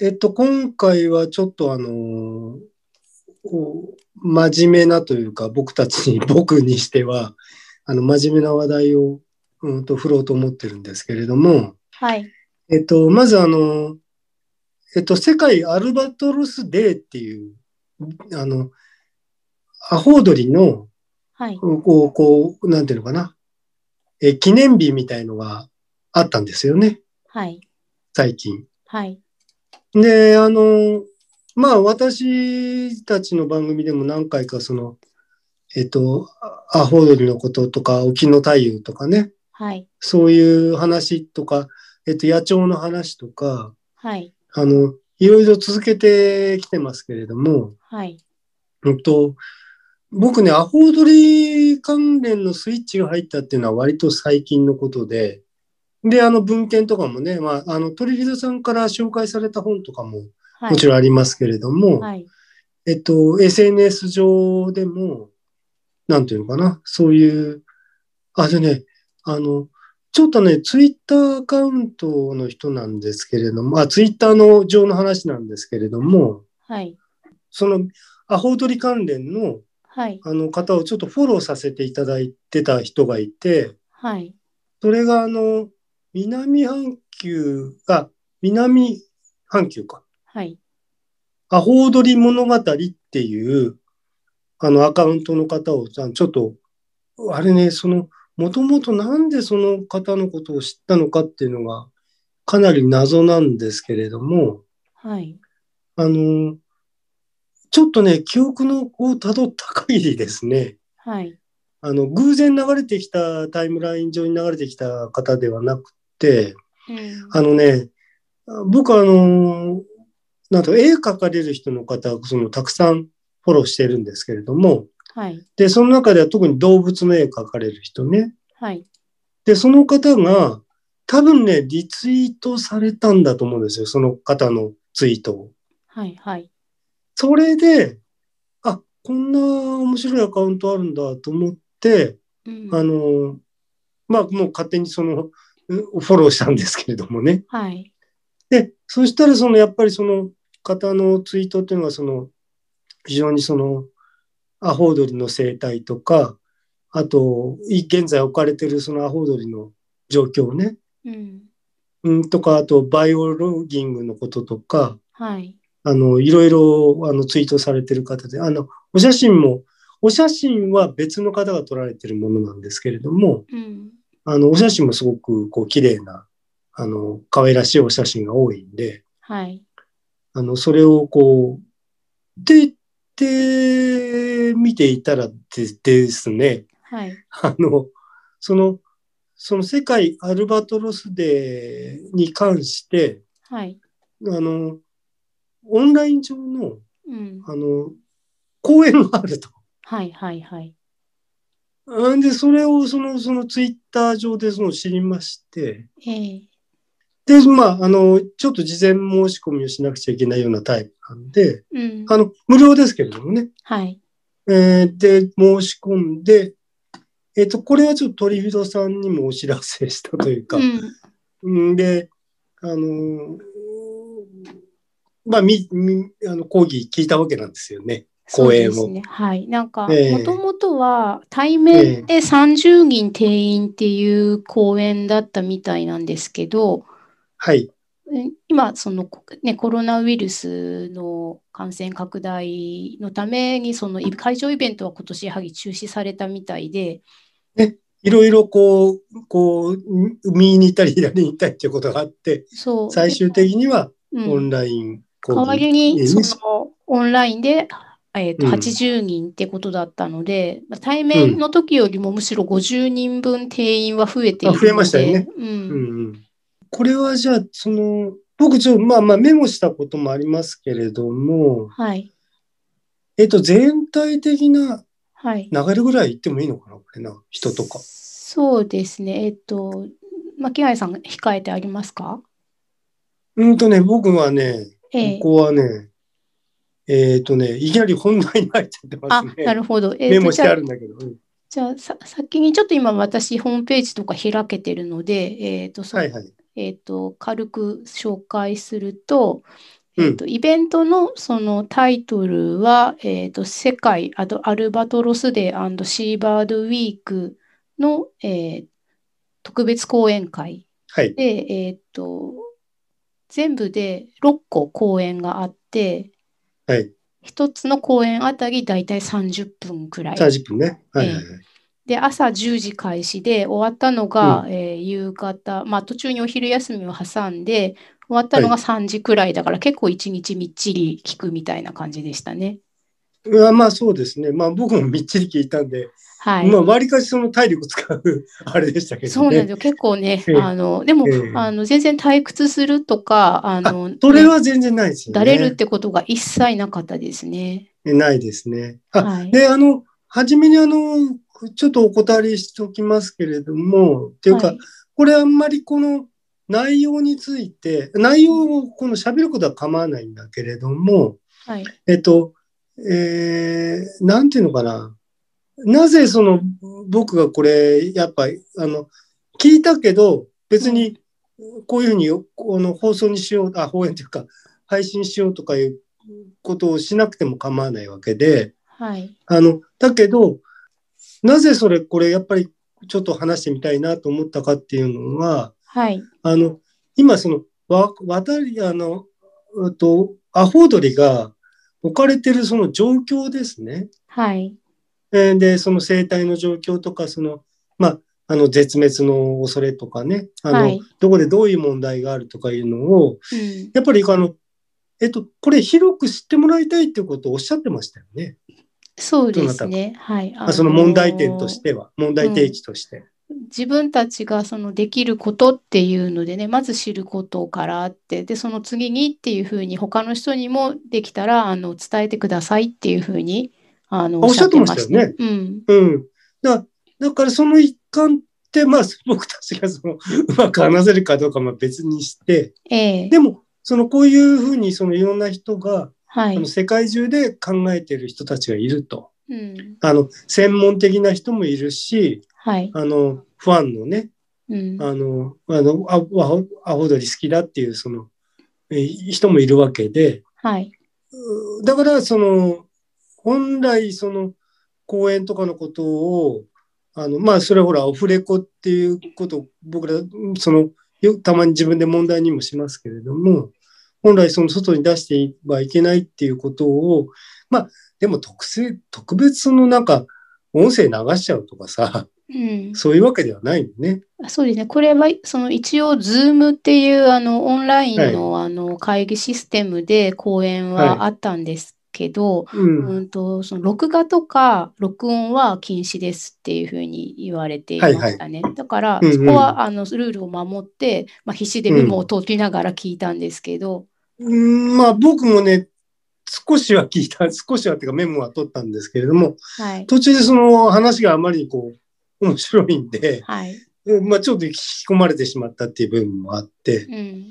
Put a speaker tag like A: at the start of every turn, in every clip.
A: えっと、今回はちょっとあの、こう真面目なというか、僕たちに、僕にしては、 あの、真面目な話題を、うんと、振ろうと思ってるんですけれども、
B: はい。
A: えっと、まずあの、えっと、世界アルバトロスデーっていう、あの、アホウドリの、
B: はい。
A: こう、こう、なんていうのかな、え記念日みたいのがあったんですよね、
B: はい。
A: 最近。
B: はい。
A: で、あの、まあ、私たちの番組でも何回か、その、えっと、アホウドリのこととか、沖の太陽とかね、
B: はい。
A: そういう話とか、えっと、野鳥の話とか、
B: はい。
A: あの、いろいろ続けてきてますけれども、
B: はい。
A: うんと、僕ね、アホウドリ関連のスイッチが入ったっていうのは割と最近のことで、で、あの文献とかもね、まあ、あの、鳥人さんから紹介された本とかも
B: はい。
A: もちろんありますけれども、
B: はい。
A: えっと、SNS 上でも、なんていうのかな、そういう、あ、でね、あの、ちょっとね、ツイッターアカウントの人なんですけれども、あ、ツイッターの上の話なんですけれども、
B: はい。
A: その、アホウドリ関連の、
B: はい。
A: あの方をちょっとフォローさせていただいてた人がいて、
B: はい。
A: それがあの、南半球が、南半球か。
B: はい。
A: アホウドリ物語っていう、あの、アカウントの方を、あちょっと、あれね、その、もともとなんでその方のことを知ったのかっていうのが、かなり謎なんですけれども、
B: はい。
A: あの、ちょっとね、記憶のを辿った限りですね、
B: はい。
A: あの、偶然流れてきたタイムライン上に流れてきた方ではなくて、
B: うん
A: あのね、僕はあの、なんと絵描かれる人の方、そのたくさんフォローしてるんですけれども、
B: はい。
A: で、その中では特に動物の絵描かれる人ね。
B: はい。
A: で、その方が多分ね、リツイートされたんだと思うんですよ、その方のツイートを。
B: はい。はい。
A: それで、あ、こんな面白いアカウントあるんだと思って、
B: うん
A: あの、まあもう勝手にその、うフォローしたんですけれどもね。
B: はい。
A: で、そしたら、その、やっぱりその方のツイートっていうのは、その、非常にその、アホウドリの生態とか、あと、い現在置かれてるそのアホウドリの状況ね、
B: うん。
A: うん、とか、あと、バイオロギングのこととか、
B: はい。
A: あの、いろいろ、あの、ツイートされてる方で、あの、お写真も、お写真は別の方が撮られてるものなんですけれども、
B: うん。
A: あの、お写真もすごく、こう、綺麗な、あの、可愛らしいお写真が多いんで、
B: はい。
A: あの、それをこう、で、で、見ていたらでですね、
B: はい。
A: あの、その、その世界アルバトロスデーに関して、
B: はい。
A: あの、オンライン上の、
B: うん。
A: あの、講演があると。
B: はい。はい。はい。
A: んで、それをその、そのツイッター上でその知りまして、
B: ええ。
A: で、まあ、あの、ちょっと事前申し込みをしなくちゃいけないようなタイプなんで、
B: うん。
A: あの、無料ですけれどもね、
B: はい。
A: えーで、申し込んで、えっ、と、これはちょっと鳥人さんにもお知らせしたというか
B: う、ん。
A: んで、あのーまあ、み、み、あの、講義聞いたわけなんですよね。
B: そう
A: 公演
B: で
A: を
B: すね。はい。なんか、
A: ええ
B: もともとは対面で30人定員っていう公演だったみたいなんですけど、
A: はい。
B: うん今、その、こね、コロナウイルスの感染拡大のために、そのい会場イベントは今年やはり中止されたみたいで、
A: いろいろこう、こう、み右に行ったり左に行ったりっていうことがあって、
B: そう、
A: 最終的には
B: うん
A: オンライン講
B: 代わ
A: 義。
B: りに、
A: うん
B: そのオンラインで、えーと
A: うん
B: 80人ってことだったので、まあ対面の時よりもむしろ50人分定員は増えているの
A: あ
B: で、
A: 増えましたよね
B: うん
A: うんうん。これはじゃあ、その、僕ちょっと、まあまあメモしたこともありますけれども、
B: はい、
A: えっと、全体的な
B: はい。
A: 流れぐらい行ってもいいのかな、これな、人とか。
B: そうですね。えっ、と、巻貝さん、控えてありますか
A: うんとね、僕はね、
B: ええ
A: ここはね、えっ、とね、いきなり本題に入っちゃってま
B: あ、
A: すね。
B: なるほど。えっ、
A: メ
B: と、
A: モし
B: じ
A: て
B: ゃ
A: あ
B: あ、
A: るんだけど。うん
B: じゃあさ、先にちょっと今私、ホームページとか開けてるので、えっ、と、そ
A: はいはい。
B: えっ、と、軽く紹介すると、
A: うん
B: えっとイベントのそのタイトルは、えっと世界アドアルバトロスデーシーバードウィークの、えー特別講演会
A: はい。
B: で、えっと全部で6個講演があって、
A: はい。
B: 1つの講演あたりだいたい30分くらい。
A: 30分ね。はいはいはい。
B: で、朝10時開始で、終わったのが、えー夕方、まあ途中にお昼休みを挟んで、終わったのが3時くらいだから、結構一日みっちり聞くみたいな感じでしたね。
A: うわまあそうですね。まあ僕もみっちり聞いたんで、
B: はい。
A: まあ割りかしその体力使う あれでしたけどね。
B: そうなんですよ。結構ね
A: ええ、
B: あの、でも、
A: ええ
B: あの、全然退屈するとか、あの、
A: それは全然ないですよね。
B: だれるってことが一切なかったですね。
A: ないですね。あ、
B: はい。
A: で、あの、初めにあの、ちょっとお断りしておきますけれども、っていうか、
B: はい
A: これあんまりこの内容について、内容をこの喋ることは構わないんだけれども、
B: はい。
A: えっと、えー、なんていうのかな。なぜその僕がこれ、やっぱ、あの、聞いたけど、別にこういうふうにこの放送にしよう、あ、放映というか、配信しようとかいうことをしなくても構わないわけで、
B: はい。
A: あの、だけど、なぜそれ、これやっぱりちょっと話してみたいなと思ったかっていうのは、
B: はい。
A: あの、今その、わ、渡り、あの、うっと、アホウドリが置かれてるその状況ですね。
B: はい。
A: えーで、その生態の状況とか、その、まあ、あの、絶滅の恐れとかね、あの、
B: はい。
A: どこでどういう問題があるとかいうのを、
B: うん。
A: やっぱり、あの、えっと、これ広く知ってもらいたいっていうことをおっしゃってましたよね。
B: そう
A: ど
B: で
A: なた
B: す
A: か
B: ね。はい。
A: あその問題点
B: あ
A: と
B: の
A: しては、問題提起として。
B: 自分たちがそのできることっていうのでね、まず知ることからあって、で、その次にっていうふうに、他の人にもできたら、あの、伝えてくださいっていうふうに、あの、
A: あおっしゃってましたよね
B: おっしゃってましたうん。
A: うん。だだからその一環って、まあ 僕たちがそのうまく話せるかどうかはまあ別にして、
B: ええ
A: でも、そのこういうふうにそのいろんな人が、
B: は
A: あ
B: い
A: の。世界中で考えてる人たちがいると。
B: うん。
A: あの、専門的な人もいるし、
B: はい。
A: あの、ファンのね、
B: うん。
A: あの、あの、アアホアホドリ好きだっていう、その、え人もいるわけで、
B: はい。
A: うだからその本来その講演とかのことをあのまあそれはほらオフレコっていうことを僕らうんそのよたまに自分で問題にもしますけれども本来その外に出してはいけないっていうことをまあでも特性特別そのなんか音声流しちゃうとかさ
B: うん。
A: そういうわけではないのね。
B: そうですね。これは、その一応、ズームっていう、あの、オンラインの、あの、会議システムで講演はあったんですけど、
A: うん、
B: うんと、その録画とか録音は禁止ですっていうふうに言われていましたね。だから、
A: うんうん
B: そこはあのルールを守って、まあ、必死でメモを取りながら聞いたんですけど、
A: うん、まあ僕もね少しは聞いた少しはっていうかメモは取ったんですけれども
B: はい。
A: 途中でその話があまりにこう面白いんで、
B: はい。
A: うんまあ、ちょっと引き込まれてしまったっていう部分もあって。
B: うん。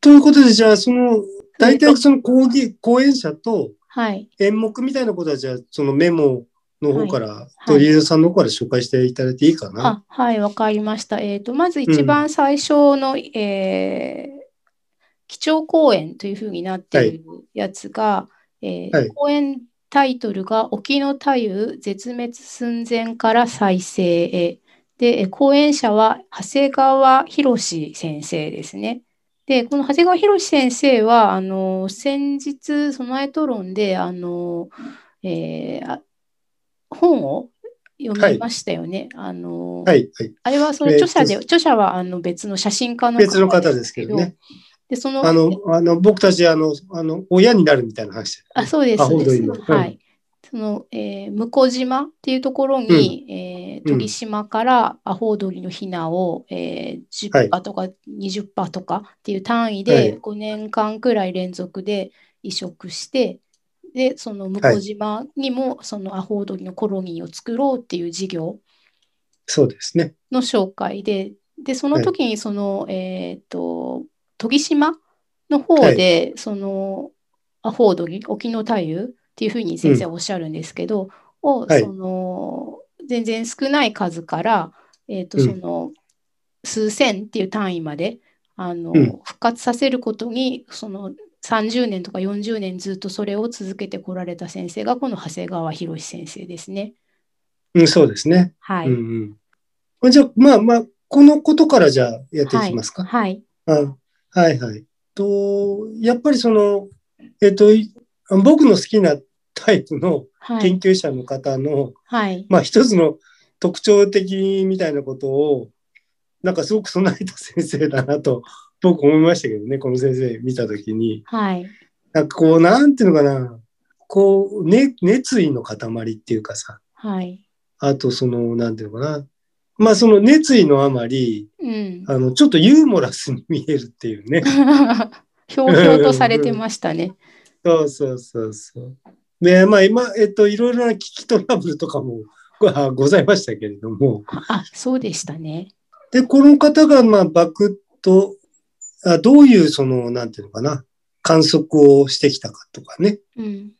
A: ということでじゃあその大体その講義講演者と
B: はい。
A: 演目みたいなことはじゃあそのメモの方から、鳥居さんの方から紹介していただいていいかな。
B: あ、はい、わかりました。えっと、まず一番最初の、えー基調講演というふうになっているやつが、えー
A: はい
B: 講演タイトルが沖の太夫絶滅寸前から再生へ。で、えー講演者は長谷川博先生ですね。で、この長谷川博先生は、あの、先日、備え討論で、あの、えーあ本を読みましたよね。あの、
A: はい、はい。
B: あれはそれ
A: えー
B: 著者で、
A: そう
B: 著者はあの別の写真家の
A: 別の方ですけどね。。
B: で、その、
A: あの、あの、僕たち、あの、あの、親になるみたいな話。
B: あ、そうです、
A: あ
B: そうです。
A: ほんと今
B: は
A: う
B: い。その、えー向島っていうところに、えー鳥島からアホウドリのヒナを、えー、
A: はい
B: 10羽とか20羽とかっていう単位
A: はい
B: で5年間くらい連続で移植して、で、その向島にもそのアホウドリのコロニーを作ろうっていう事業
A: そうですね。
B: の紹介で、で、その時にその、えっと、研ぎ島の方で、その、アホウドリ、沖の太夫っていうふうに先生はおっしゃるんですけど、を、
A: はい
B: その、全然少ない数から、えっと、
A: うん
B: その、数千っていう単位まで、あの、
A: うん
B: 復活させることに、その、 30年とか40年ずっとそれを続けてこられた先生がこの長谷川博先生ですね。
A: うん、そうですね。
B: はい。
A: うんうん、じゃあ、まあまあ、このことからじゃあやっていきますか。
B: はい。
A: あはいはい。と、やっぱりその、えっと、い僕の好きなタイプの
B: は
A: 研
B: い。
A: 究者の方の、
B: はい。
A: まあ一つの特徴的みたいなことを、なんかすごく備えた先生だなと、僕思いましたけどね、この先生見たときに。
B: はい。
A: なんかこう、なんていうのかな、こう、ね、熱意の塊っていうかさ、
B: はい。
A: あとその、なんていうのかな、まあその熱意のあまり、
B: うん。
A: あの、ちょっとユーモラスに見えるっていうね。
B: ひょうひょうとされてましたね。
A: そうそうそうそう。で、まあ今、えっと、いろいろな危機トラブルとかもあございましたけれども、
B: あ、そうでしたね。
A: で、この方が、まあ、バクッとあ、どういう、その、なんていうのかな、観測をしてきたかとかね、
B: うん。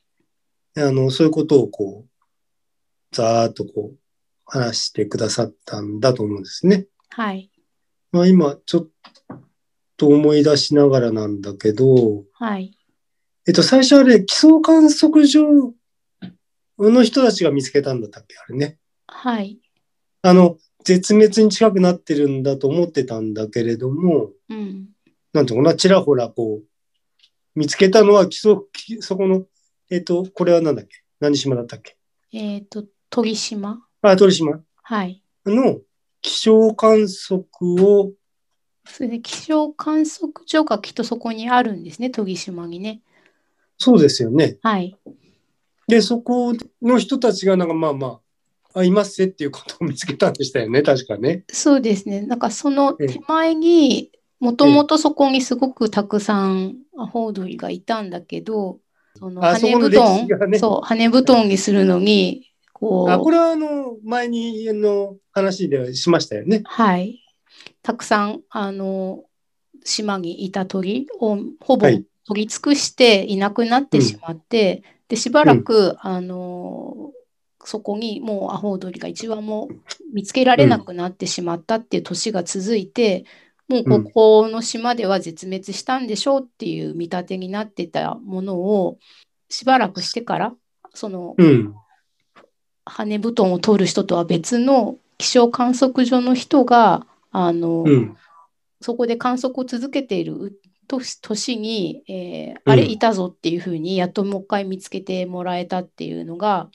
A: あの、そういうことを、こう、ざーっとこう、話してくださったんだと思うんですね。
B: はい。
A: まあ、今、ちょっと思い出しながらなんだけど、
B: はい。
A: えっと、最初あれ、基礎観測所の人たちが見つけたんだったっけ、あれね。
B: はい。
A: あの、絶滅に近くなってるんだと思ってたんだけれども、
B: うん。
A: なんていうのかな、ちらほらこう、見つけたのは基礎、きそこの、えっ、と、これは何だっけ何島だったっけ
B: えっ、と、研ぎ島。
A: あ、鳥島
B: はい。
A: の気象観測を、
B: それで気象観測所がきっとそこにあるんですね、研ぎ島にね。
A: そうですよね。
B: はい。
A: で、そこの人たちが、なんかまあまあ、あ、いますってっていうことを見つけたんでしたよね、確かね。
B: そうですね。なんかその
A: ええ
B: 手前に、もともとそこにすごくたくさんアホウドリがいたんだけど、その
A: あそ
B: 羽
A: この
B: 布
A: 歴史
B: 団
A: が、ね
B: そう、羽布団にするのに、こ
A: あ、こ
B: う、
A: れはあの、前に、あの、話ではしましたよね。
B: はい。たくさん、あの、島にいた鳥をほぼ
A: はい
B: 取り尽くしていなくなってしまって、で、しばらく、あの、そこにもうアホウドリが一羽も見つけられなくなってしまったっていう年が続いて、もうここの島では絶滅したんでしょうっていう見立てになってたものを、しばらくしてから、その
A: うん。
B: 羽布団を取る人とは別の気象観測所の人が、あの、
A: うん。
B: そこで観測を続けている年年に、えーあれ
A: うん
B: いたぞっていうふうにやっともう一回見つけてもらえたっていうのが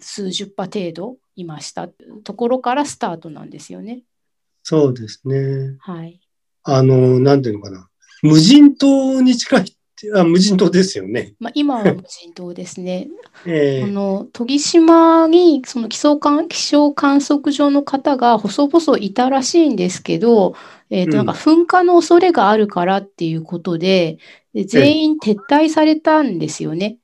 B: 数十羽程度いましたっていうところからスタートなんですよね。
A: そうですね。
B: はい。
A: あの、なんていうのかな。無人島に近いって、あ、無人島ですよね。
B: まあ、今は無人島ですね。
A: ええ
B: あの研ぎ島にその気象観気象観測所の方が細々いたらしいんですけど、えーと
A: う
B: なんんか噴火の恐れがあるからっていうことで、で全員撤退されたんですよね。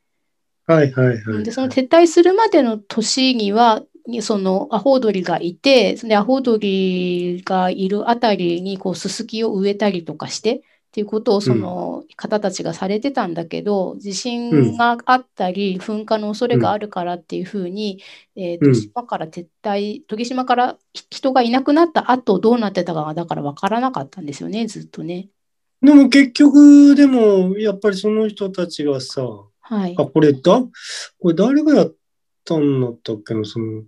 A: はいはいはい。
B: でその撤退するまでの年にはにそのアホウドリがいてそのアホウドリがいるあたりにこうススキを植えたりとかしてっていうことをその方たちがされてたんだけど、地震があったり噴火の恐れがあるからっていうふうに、えー
A: うん
B: と島から撤退時島から人がいなくなった後どうなってたかがだから分からなかったんですよねずっとね。
A: でも結局、でも、やっぱりその人たちがさ、
B: はい
A: あ、、これだ、これ誰がやったんだったっけな、その、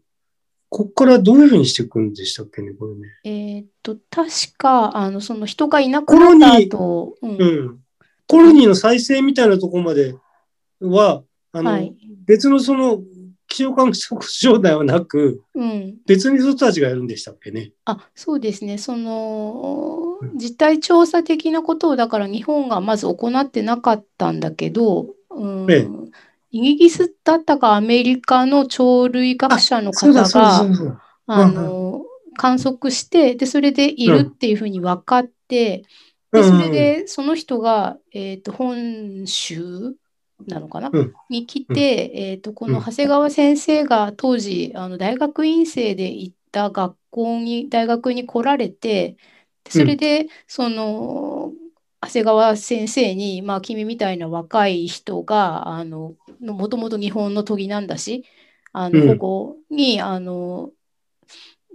A: こっからどういうふうにしていくんでしたっけね、これね。
B: えーと確かあのその人がいなくなった後、うん
A: うん。コロニーの再生みたいなとこまでは、あの、
B: はい
A: 別のその、気象観測所ではなく、
B: うん、
A: 別にその人たちがやるんでしたっけね。
B: あ、そうですね。その
A: う
B: 実態調査的なことをだから日本がまず行ってなかったんだけど、うん
A: ええ
B: イギリスだったかアメリカの鳥類学者の
A: そう
B: 方
A: だ、そうだ、そう
B: が
A: だそうだ。
B: あの観測してでそれでいるっていうふうに分かって、
A: う
B: で
A: ん
B: そ
A: うん
B: れでその人が、えー、と本州なのかな、
A: うん
B: に来て、えー、とこ
A: う
B: の
A: ん
B: 長谷川先生が当時あの大学院生で行った学校に大学に来られてでそれでその長谷川先生に、まあ、君みたいな若い人があのもともと日本の鳥なんだしあ
A: うん
B: の保護に、あの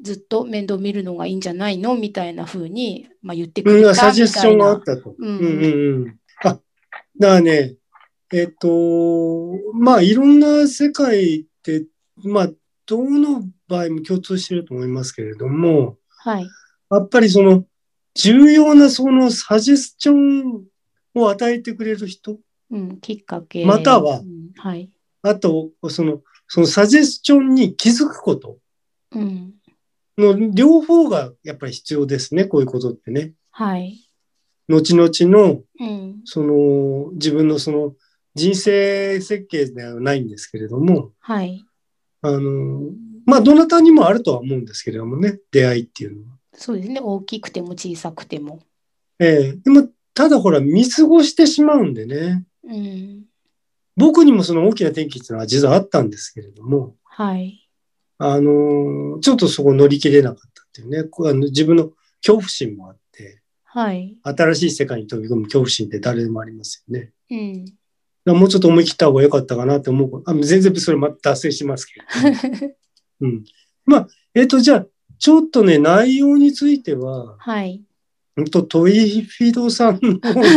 B: ずっと面倒見るのがいいんじゃないのみたいな風に、まあ、言ってく
A: う
B: れ
A: ん、
B: た
A: サ
B: み
A: ジェスシ
B: た
A: ョ
B: い
A: ンがあ
B: な
A: っ。たと。
B: うん
A: うんうんうん。あ、だからね、えっと、まあいろんな世界って、まあどの場合も共通してると思いますけれども、
B: はい。
A: やっぱりその重要なそのサジェスチョンを与えてくれる人、
B: うん、きっかけ。
A: または
B: うんはい。
A: あとその、そのサジェスチョンに気づくこと
B: うん。
A: の両方がやっぱり必要ですね、こういうことってね。
B: はい。
A: 後々の
B: うん。
A: その自分のその人生設計ではないんですけれども、
B: はい。
A: あの、まあ、どなたにもあるとは思うんですけれどもね、出会いっていうのは。
B: そうですね。大きくても小さくても。
A: ええでも、ただほら、見過ごしてしまうんでね、
B: うん。
A: 僕にもその大きな転機っていうのは実はあったんですけれども、
B: はい。
A: あの、ちょっとそこ乗り切れなかったっていうね、こうあの自分の恐怖心もあって、
B: はい。恐
A: 新しい世界に飛び込む恐怖心って誰でもありますよね。
B: うん。
A: だからもうちょっと思い切った方が良かったかなって思う。あ全然それまた脱線しますけど。 うん。まあ、えっ、と、じゃあ、ちょっとね、内容については、
B: はい。
A: うんと、トイフィドさんの方 に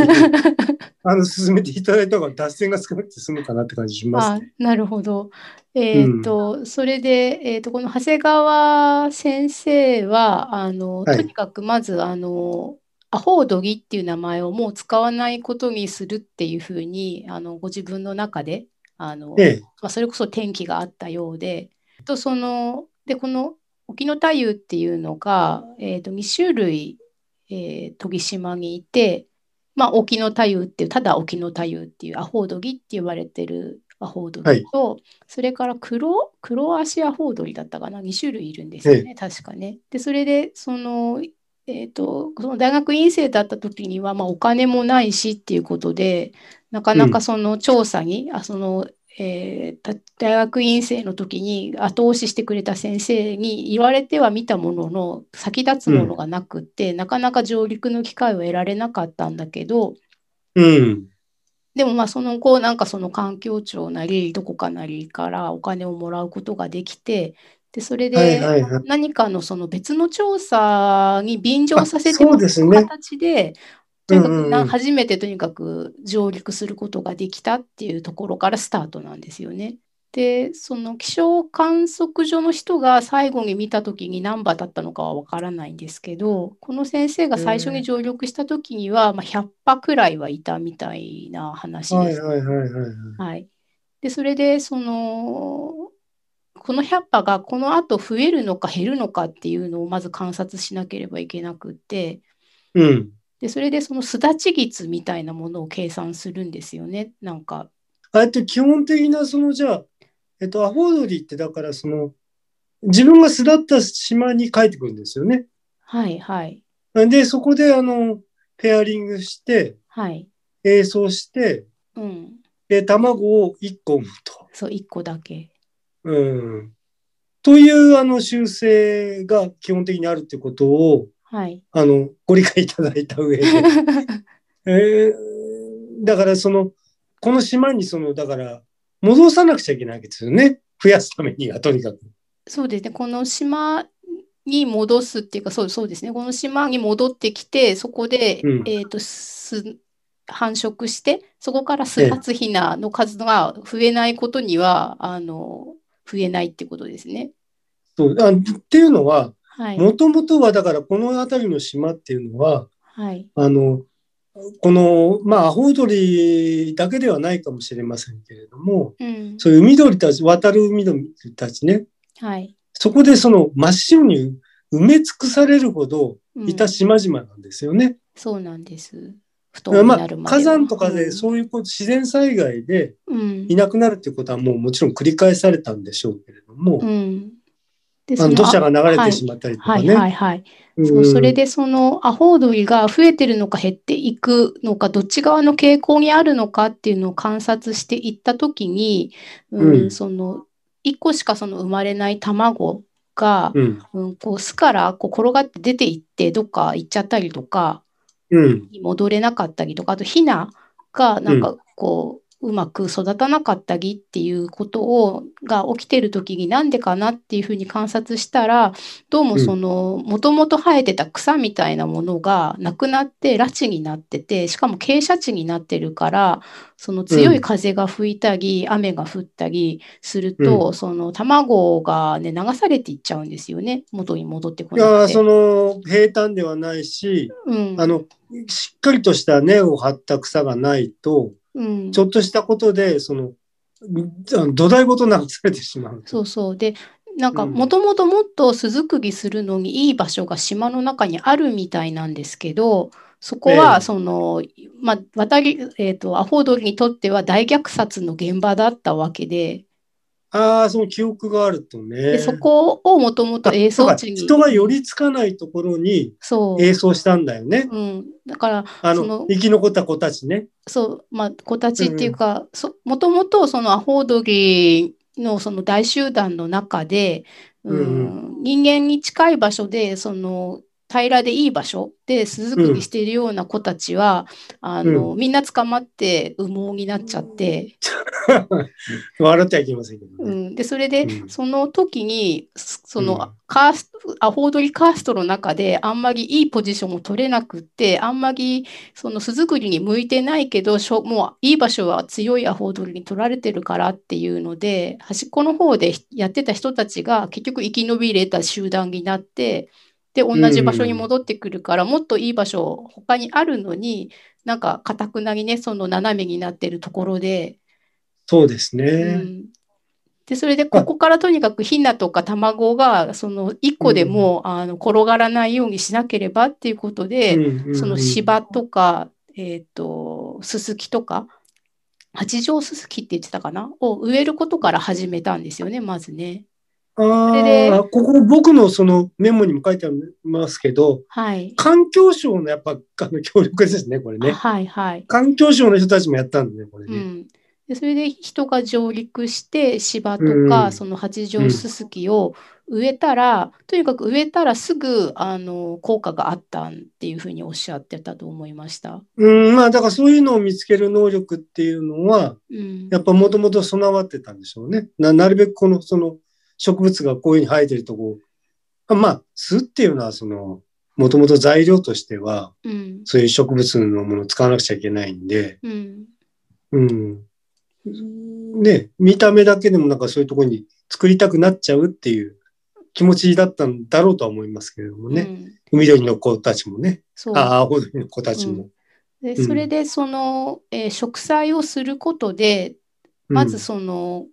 A: あの進めていただいた方が脱線が少なくて済むかなって感じします、
B: あ、なるほど。えーっと、それで、えーっと、この長谷川先生は、あの、
A: はい
B: とにかくまず、あの、アホウドギっていう名前をもう使わないことにするっていうふうに、あの、ご自分の中で、あの、
A: ええ、
B: まあ、それこそ転機があったようで、とそのでこの沖の太夫っていうのが、えー、と2種類、えー、研ぎ島にいて、まあ、沖の太夫っていうただ沖の太夫っていうアホウドギって言われてるアホウドギと、それから黒黒足アホウドギだったかな2種類いるんですよね、確かね。でそれでそのえー、とその大学院生だった時には、まあ、お金もないしっていうことでなかなかその調査に、あそのえーた大学院生の時に後押ししてくれた先生に言われてはみたものの先立つものがなくって、なかなか上陸の機会を得られなかったんだけど
A: うん。
B: でもまあその後なんかその環境庁なりどこかなりからお金をもらうことができてでそれ
A: はい
B: で
A: はいはい
B: 何かのその別の調査に便乗させ
A: あ
B: て
A: そう
B: もら
A: です
B: う
A: ね
B: 形でとにかくな
A: うんうん
B: 初めてとにかく上陸することができたっていうところからスタートなんですよね。でその気象観測所の人が最後に見た時に何羽だったのかは分からないんですけどこの先生が最初に上陸した時には、まあ、100羽くらいはいたみたいな話です。
A: はいはいはいはいはい。
B: はい、でそれでそのこの100羽がこのあと増えるのか減るのかっていうのをまず観察しなければいけなくって
A: うん。
B: でそれでその巣立ち率みたいなものを計算するんですよねなんか
A: あえて基本的な、その、じゃあ、えっと、アホードリーって、だから、その、自分が巣立った島に帰ってくるんですよね。
B: はいはい
A: で、そこで、あの、ペアリングして、
B: はい
A: 並走して、
B: うん
A: で、卵を1個産むと。
B: そう1個だけ
A: うん。という、あの、習性が基本的にあるってことを、
B: はい
A: あの、ご理解いただいた上 で。えーだから、その、この島に、その、だから、戻さなくちゃいけないわけですよね。増やすためには、とにかく。
B: そうですねこの島に戻すっていうかそうそうですねこの島に戻ってきてそこで、
A: うん
B: えーとす繁殖してそこから
A: え
B: 巣
A: え
B: 立つヒナの数が増えないことにはあの増えないってことですね。
A: そうあっていうのは、
B: はい、
A: もともとは、だから、この辺りの島っていうのは、
B: はい、
A: あの、この、まあ、アホウドリだけではないかもしれませんけれども、
B: うん、
A: そういう海鳥たち、渡る海鳥たちね、
B: はい、
A: そこでその真っ白に埋め尽くされるほど
B: うん
A: いた島々なんですよね。
B: そうなんです。布団に
A: ま
B: な
A: あ
B: る、まで
A: 火
B: は
A: 山とかで
B: う
A: そういうこと、自然災害で
B: ん、
A: いなくなるっていうことはもうもちろん繰り返されたんでしょうけれども、
B: うん、うん。で、
A: あ
B: そ
A: の
B: の
A: 土砂が流れ
B: は
A: て
B: い
A: しまったりとか
B: はい、
A: ね。
B: はい、はい。
A: うん
B: そう、それでそのアホウドリが増えてるのか減っていくのか、どっち側の傾向にあるのかっていうのを観察していったときに、うん
A: うん
B: その1個しかその生まれない卵が、
A: うん。
B: うん、こう巣からこう転がって出ていってどっか行っちゃったりとか
A: うん。
B: 戻れなかったりとかあとヒナがなんかこう、うまく育たなかったりっていうことをが起きてる時になんでかなっていうふうに観察したらどうもそのもともと生えてた草みたいなものがなくなって拉致になっててしかも傾斜地になってるからその強い風が吹いたり雨が降ったりすると、その卵がね流されていっちゃうんですよね元に戻ってこ
A: い
B: な
A: やー
B: くて。
A: その平坦ではないし、
B: うん
A: あのしっかりとした根を張った草がないと
B: うん
A: ちょっとしたことでそのあの土台ごと流されてしまう
B: そうそう。で、なんか
A: うん
B: もともともっと巣作りするのにいい場所が島の中にあるみたいなんですけど、そこ
A: ええ
B: はその、まあ、渡り、えっと、アホウドリにとっては大虐殺の現場だったわけで、
A: ああその記憶があるとね
B: で、そこをもともと
A: 映
B: 営
A: 像
B: 巣地に、
A: 人が寄りつかないところに
B: そう、
A: 映像したんだよね、
B: うん、だから、
A: あの
B: その
A: 生き残った子たちね
B: そう、まあ、子たちっていうか、そ、もともとそのアホウドリのその大集団の中で、うん人間に近い場所で、その平らでいい場所で巣作りしているような子たちは、あの、みんな捕まって羽毛になっちゃって、
A: 笑ってはいけませんけど
B: う
A: ね、
B: ん、で、それで、
A: うん
B: その時に、そそ
A: うん
B: のカースト、アホウドリカーストの中で、あんまりいいポジションを取れなくって、あんまりその巣作りに向いてないけど、しょもういい場所は強いアホウドリに取られてるからっていうので、端っこの方でやってた人たちが結局生き延びれた集団になって、で、同じ場所に戻ってくるから、もっといい場所他にあるのに、なんか、かたくなにね、その斜めになってるところで、
A: そうです
B: う
A: ね、
B: んで、それで、ここからとにかくヒナとか卵が、その1個でも、あの転がらないようにしなければっていうことで、
A: うんうん
B: その芝とか、えっと、ススキとか、八丈ススキって言ってたかなを植えることから始めたんですよね、まずね。
A: あ
B: れで
A: あ、ここ僕のそのメモにも書いてありますけど、
B: はい。
A: 環境省のやっぱあの協力ですね、これね。
B: はいはい。
A: 環境省の人たちもやったんでね、これ
B: う
A: ね。
B: ん、でそれで人が上陸して芝とか、
A: うん
B: その八丈ススキを植えたら、とにかく植えたらすぐあの効果があったっていうふうにおっしゃってたと思いました。
A: うん、まあだからそういうのを見つける能力っていうのは、
B: うん、
A: やっぱもともと備わってたんでしょうね。ななるべくこの、その植物がこういうふうに生えてるとこあまあ、巣っていうのはその、もともと材料としては、
B: うん
A: そういう植物のものを使わなくちゃいけないんで、
B: うん
A: うん。ね、見た目だけでもなんかそういうところに作りたくなっちゃうっていう気持ちだったんだろうとは思いますけれども
B: う
A: ね。
B: ん
A: 緑の子たちもね。
B: そう
A: ああ、青緑の子たちも。
B: で
A: うん
B: それでその、えー植栽をすることでまずその、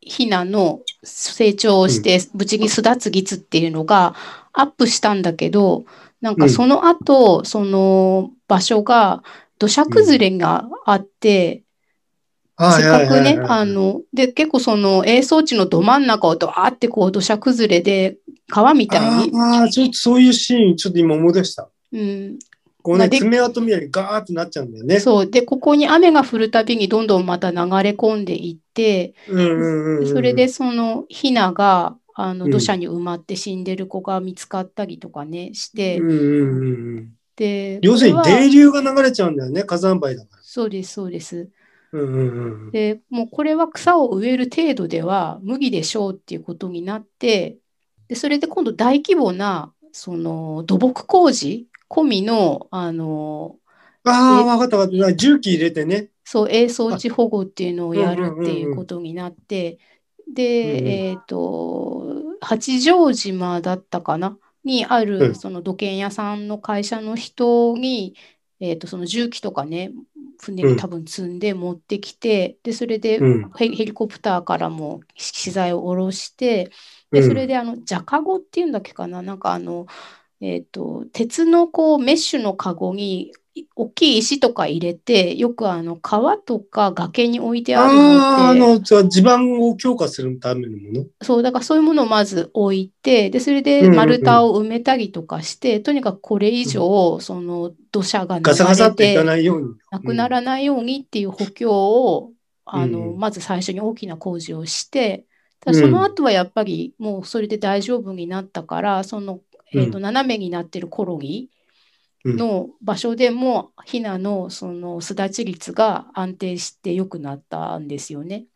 B: ヒナの成長をして、無事に育つ率っていうのがアップしたんだけど、なんかその後、その場所が土砂崩れがあって、
A: うん、
B: せっかく
A: は
B: ね、
A: いはいはいはい
B: あ、の、で、結構その映像地のど真ん中をドワーってこう土砂崩れで川みたいに、
A: ああ、ちょっとそういうシーン、ちょっと今思い出した。
B: うん、
A: こう
B: まあ
A: ね、
B: で
A: 爪痕みたいにガーってなっちゃうんだよね。
B: そう。で、ここに雨が降るたびにどんどんまた流れ込んでいって、
A: うんうんうんうん
B: それで、そのヒナがあ
A: う
B: の
A: ん
B: 土砂に埋まって死んでる子が見つかったりとかねして、
A: うんうんうんうん。
B: で
A: 要するに
B: これは
A: 泥流が流れちゃうんだよね、火山灰だか
B: そうですそうです
A: ら。うんうんうん。
B: でもうこれは草を植える程度では無理でしょうっていうことになってでそれで今度大規模なその土木工事込みのあの
A: ああ、わかったわかった。重機入れてね。
B: そう、営草地保護っていうのをやるっていうことになって、
A: うんうん
B: で、えっと、八丈島だったかなにあ
A: うん
B: るその土建屋さんの会社の人に、えっと、その重機とかね、船
A: うん
B: に多分積んで持ってきて、で、それで
A: うん。
B: ヘリヘリコプターからも資材を下ろして、で、それであの、ジャカゴっていうんだっけかな、なんかあの、えっと、鉄のこうメッシュのカゴにい大きい石とか入れて、よくあの川とか崖に置いてある
A: ああ、あ
B: のって、
A: の、じゃあ地盤を強化するためのもの。
B: そう、だからそういうものをまず置いて、で、それ
A: うんうん
B: で
A: うん
B: 丸太を埋めたりとかして、とにかくこれ以上、その土砂が流
A: ガサガサ
B: れ
A: ってい
B: て
A: かないように。
B: なくならないようにっていう補強を、あの、
A: うん
B: まず最初に大きな工事をして、た
A: う
B: だ
A: ん
B: その後はやっぱりもうそれで大丈夫になったから、その、えっと、
A: う
B: 斜めになってるコロギの場所でも、ヒナのその巣立ち率が安定して良くなったんですよね。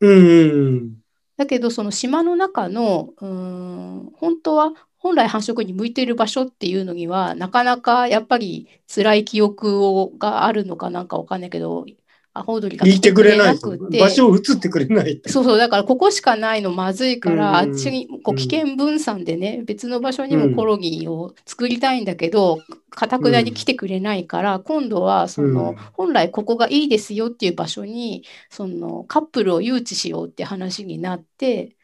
A: うんうん
B: だけどその島の中のうーん本当は本来繁殖に向いている場所っていうのにはなかなかやっぱり辛い記憶をがあるのかなんかわかんないけどアホウドリが
A: 言ってくれない。
B: 来てくれなくて
A: 場所を移ってくれないって。
B: そうそうだからここしかないのまずいからあ
A: うん
B: っちに
A: う
B: こうん危険分散でね別の場所にもコロニーを作りたいんだけどかたくなに来てくれないから今度はそ
A: うん
B: の本来ここがいいですよっていう場所にそのカップルを誘致しようって話になって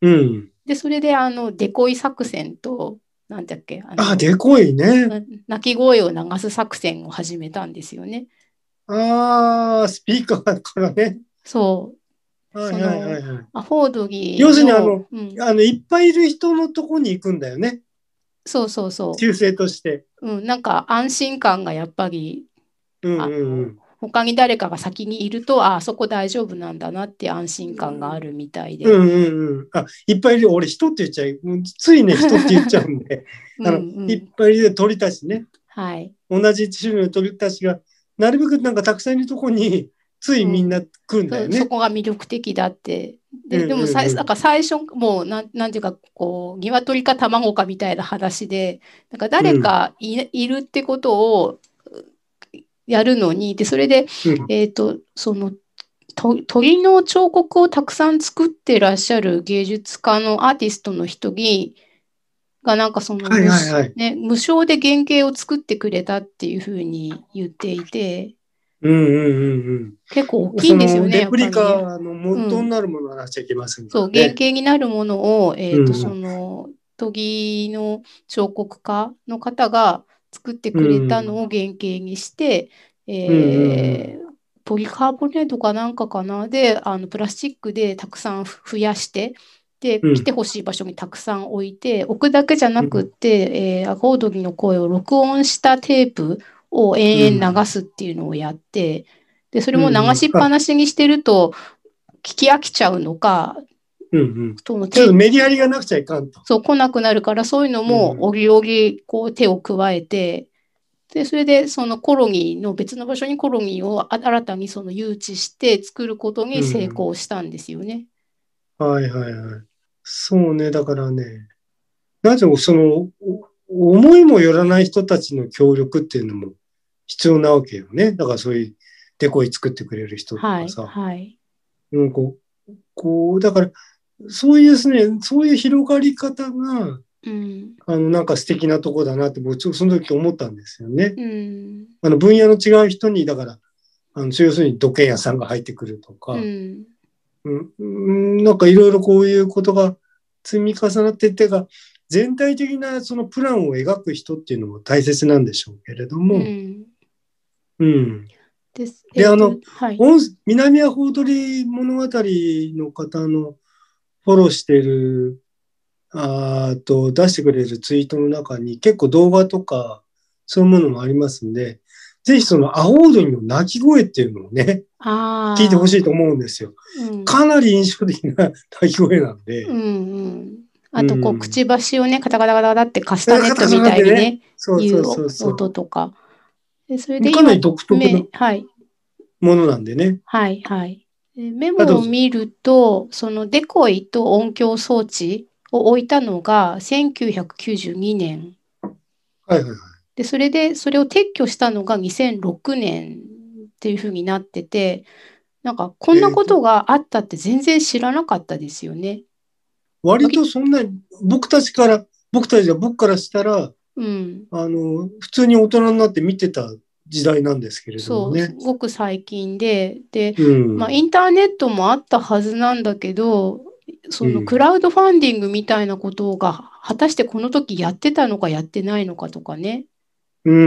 A: うん。
B: でそれであのデコイ作戦となんだっけあの
A: あ、でこいね。
B: な鳴き声を流す作戦を始めたんですよね。
A: ああ、スピーカーからね。
B: そう
A: はいはいはいはい。
B: アフォードギー
A: 要するにあの
B: うん、
A: あの、いっぱいいる人のとこに行くんだよね。
B: そうそうそう。
A: 修正として。
B: うん、なんか安心感がやっぱり
A: うんうんうん。
B: 他に誰かが先にいるとああそこ大丈夫なんだなって安心感があるみたいで。
A: うんうんうん。あ、いっぱいいる。俺、人って言っちゃう。うんついね、人って言っちゃうんで。
B: う
A: あの
B: んうん
A: いっぱいいる鳥たちね。
B: はい。
A: 同じ種類の鳥たちが、なるべくなんかたくさんいるとこに、ついみんな来るんだよ
B: そ
A: ね
B: そ。こが魅力的だって。
A: う
B: でで
A: んうんう
B: も
A: ん
B: さいなんか最初もうなんなんていうかこう鶏か卵かみたいな話でなんか誰かい,、いるってことをうやるのにでそれで
A: うん
B: えー、とそのと鳥の彫刻をたくさん作ってらっしゃる芸術家のアーティストの人にがなんかその、
A: はいはいはい。
B: ね、無償で原型を作ってくれたっていうふうに言っていて
A: うんうんうんうん。
B: 結構大きいんですよね
A: そのレプリ
B: やっぱりね
A: カの元になるものはなくちゃいけませんか
B: そ
A: ら
B: う原
A: ね。
B: 型になるものを、えーと
A: うん
B: その研ぎの彫刻家の方が作ってくれたのを原型にして、えーポリカーボネートかなんかかなであのプラスチックでたくさんふ増やしてで
A: うん
B: 来てほしい場所にたくさん置いて、置くだけじゃなくって、えーアコードリの声を録音したテープを延々流すっていうのをやって、でそれも流しっぱなしにしてると聞き飽きちゃうのか、
A: うんうん。
B: その
A: ちょっ
B: 手
A: とメリハリがなくちゃいかんと。
B: そう来なくなるからそういうの
A: う
B: も
A: ん
B: おぎおぎこう手を加えてでそれでそのコロニーの別の場所にコロニーをあ新たにその誘致して作ることに成功したんですよね。
A: はいはいはい。そうね、だからね、なぜその、お思いもよらない人たちの協力っていうのも必要なわけよね。だからそういうデコイ作ってくれる人と
B: はい
A: かさ。
B: はい
A: うん、こう、こう、だから、そういうですね、そういう広がり方が、
B: うん
A: あの、なんか素敵なとこだなって、僕、ちょその時思ったんですよね。
B: うん
A: あの、分野の違う人に、だから、あの、そう要するに土建屋さんが入ってくるとか、
B: うん
A: うんうん、なんかいろいろこういうことが積み重なってってか、全体的なそのプランを描く人っていうのも大切なんでしょうけれども、
B: う
A: うん。
B: んです
A: で
B: えーと
A: あの
B: はい
A: 音南アホウドリ物語の方のフォローしてる、あーっと、出してくれるツイートの中に結構動画とかそういうものもありますんで、ぜひそのアホウドリの鳴き声っていうのをね、
B: あー
A: 聞いてほしいと思うんですよ。
B: うん
A: かなり印象的な鳴き声なんで、
B: うんうんあとこ
A: う
B: うんくちばしをねカタカタカタカタってカスタネットみたいにね
A: そう
B: い
A: そううそうそう。
B: 音とかでそれで
A: かなり独特な
B: メはい
A: ものなんでね。
B: はいはい。でメ
A: あど
B: モ
A: う
B: を
A: ぞ
B: 見ると、そのデコイと音響装置を置いたのが1992年。
A: はいはいはい。
B: で、それで、それを撤去したのが2006年っていうふうになってて、なんかこんなことがあったって全然知らなかったですよね。
A: 割とそんなに、僕たちから、僕たちが僕からしたら、
B: うん。
A: あの、普通に大人になって見てた時代なんですけれど
B: そ
A: も
B: う、す
A: ね。
B: ごく最近で、で、
A: うん。
B: まあ、インターネットもあったはずなんだけど、その
A: うん
B: クラウドファンディングみたいなことが果たしてこの時やってたのかやってないのかとかね、
A: うんう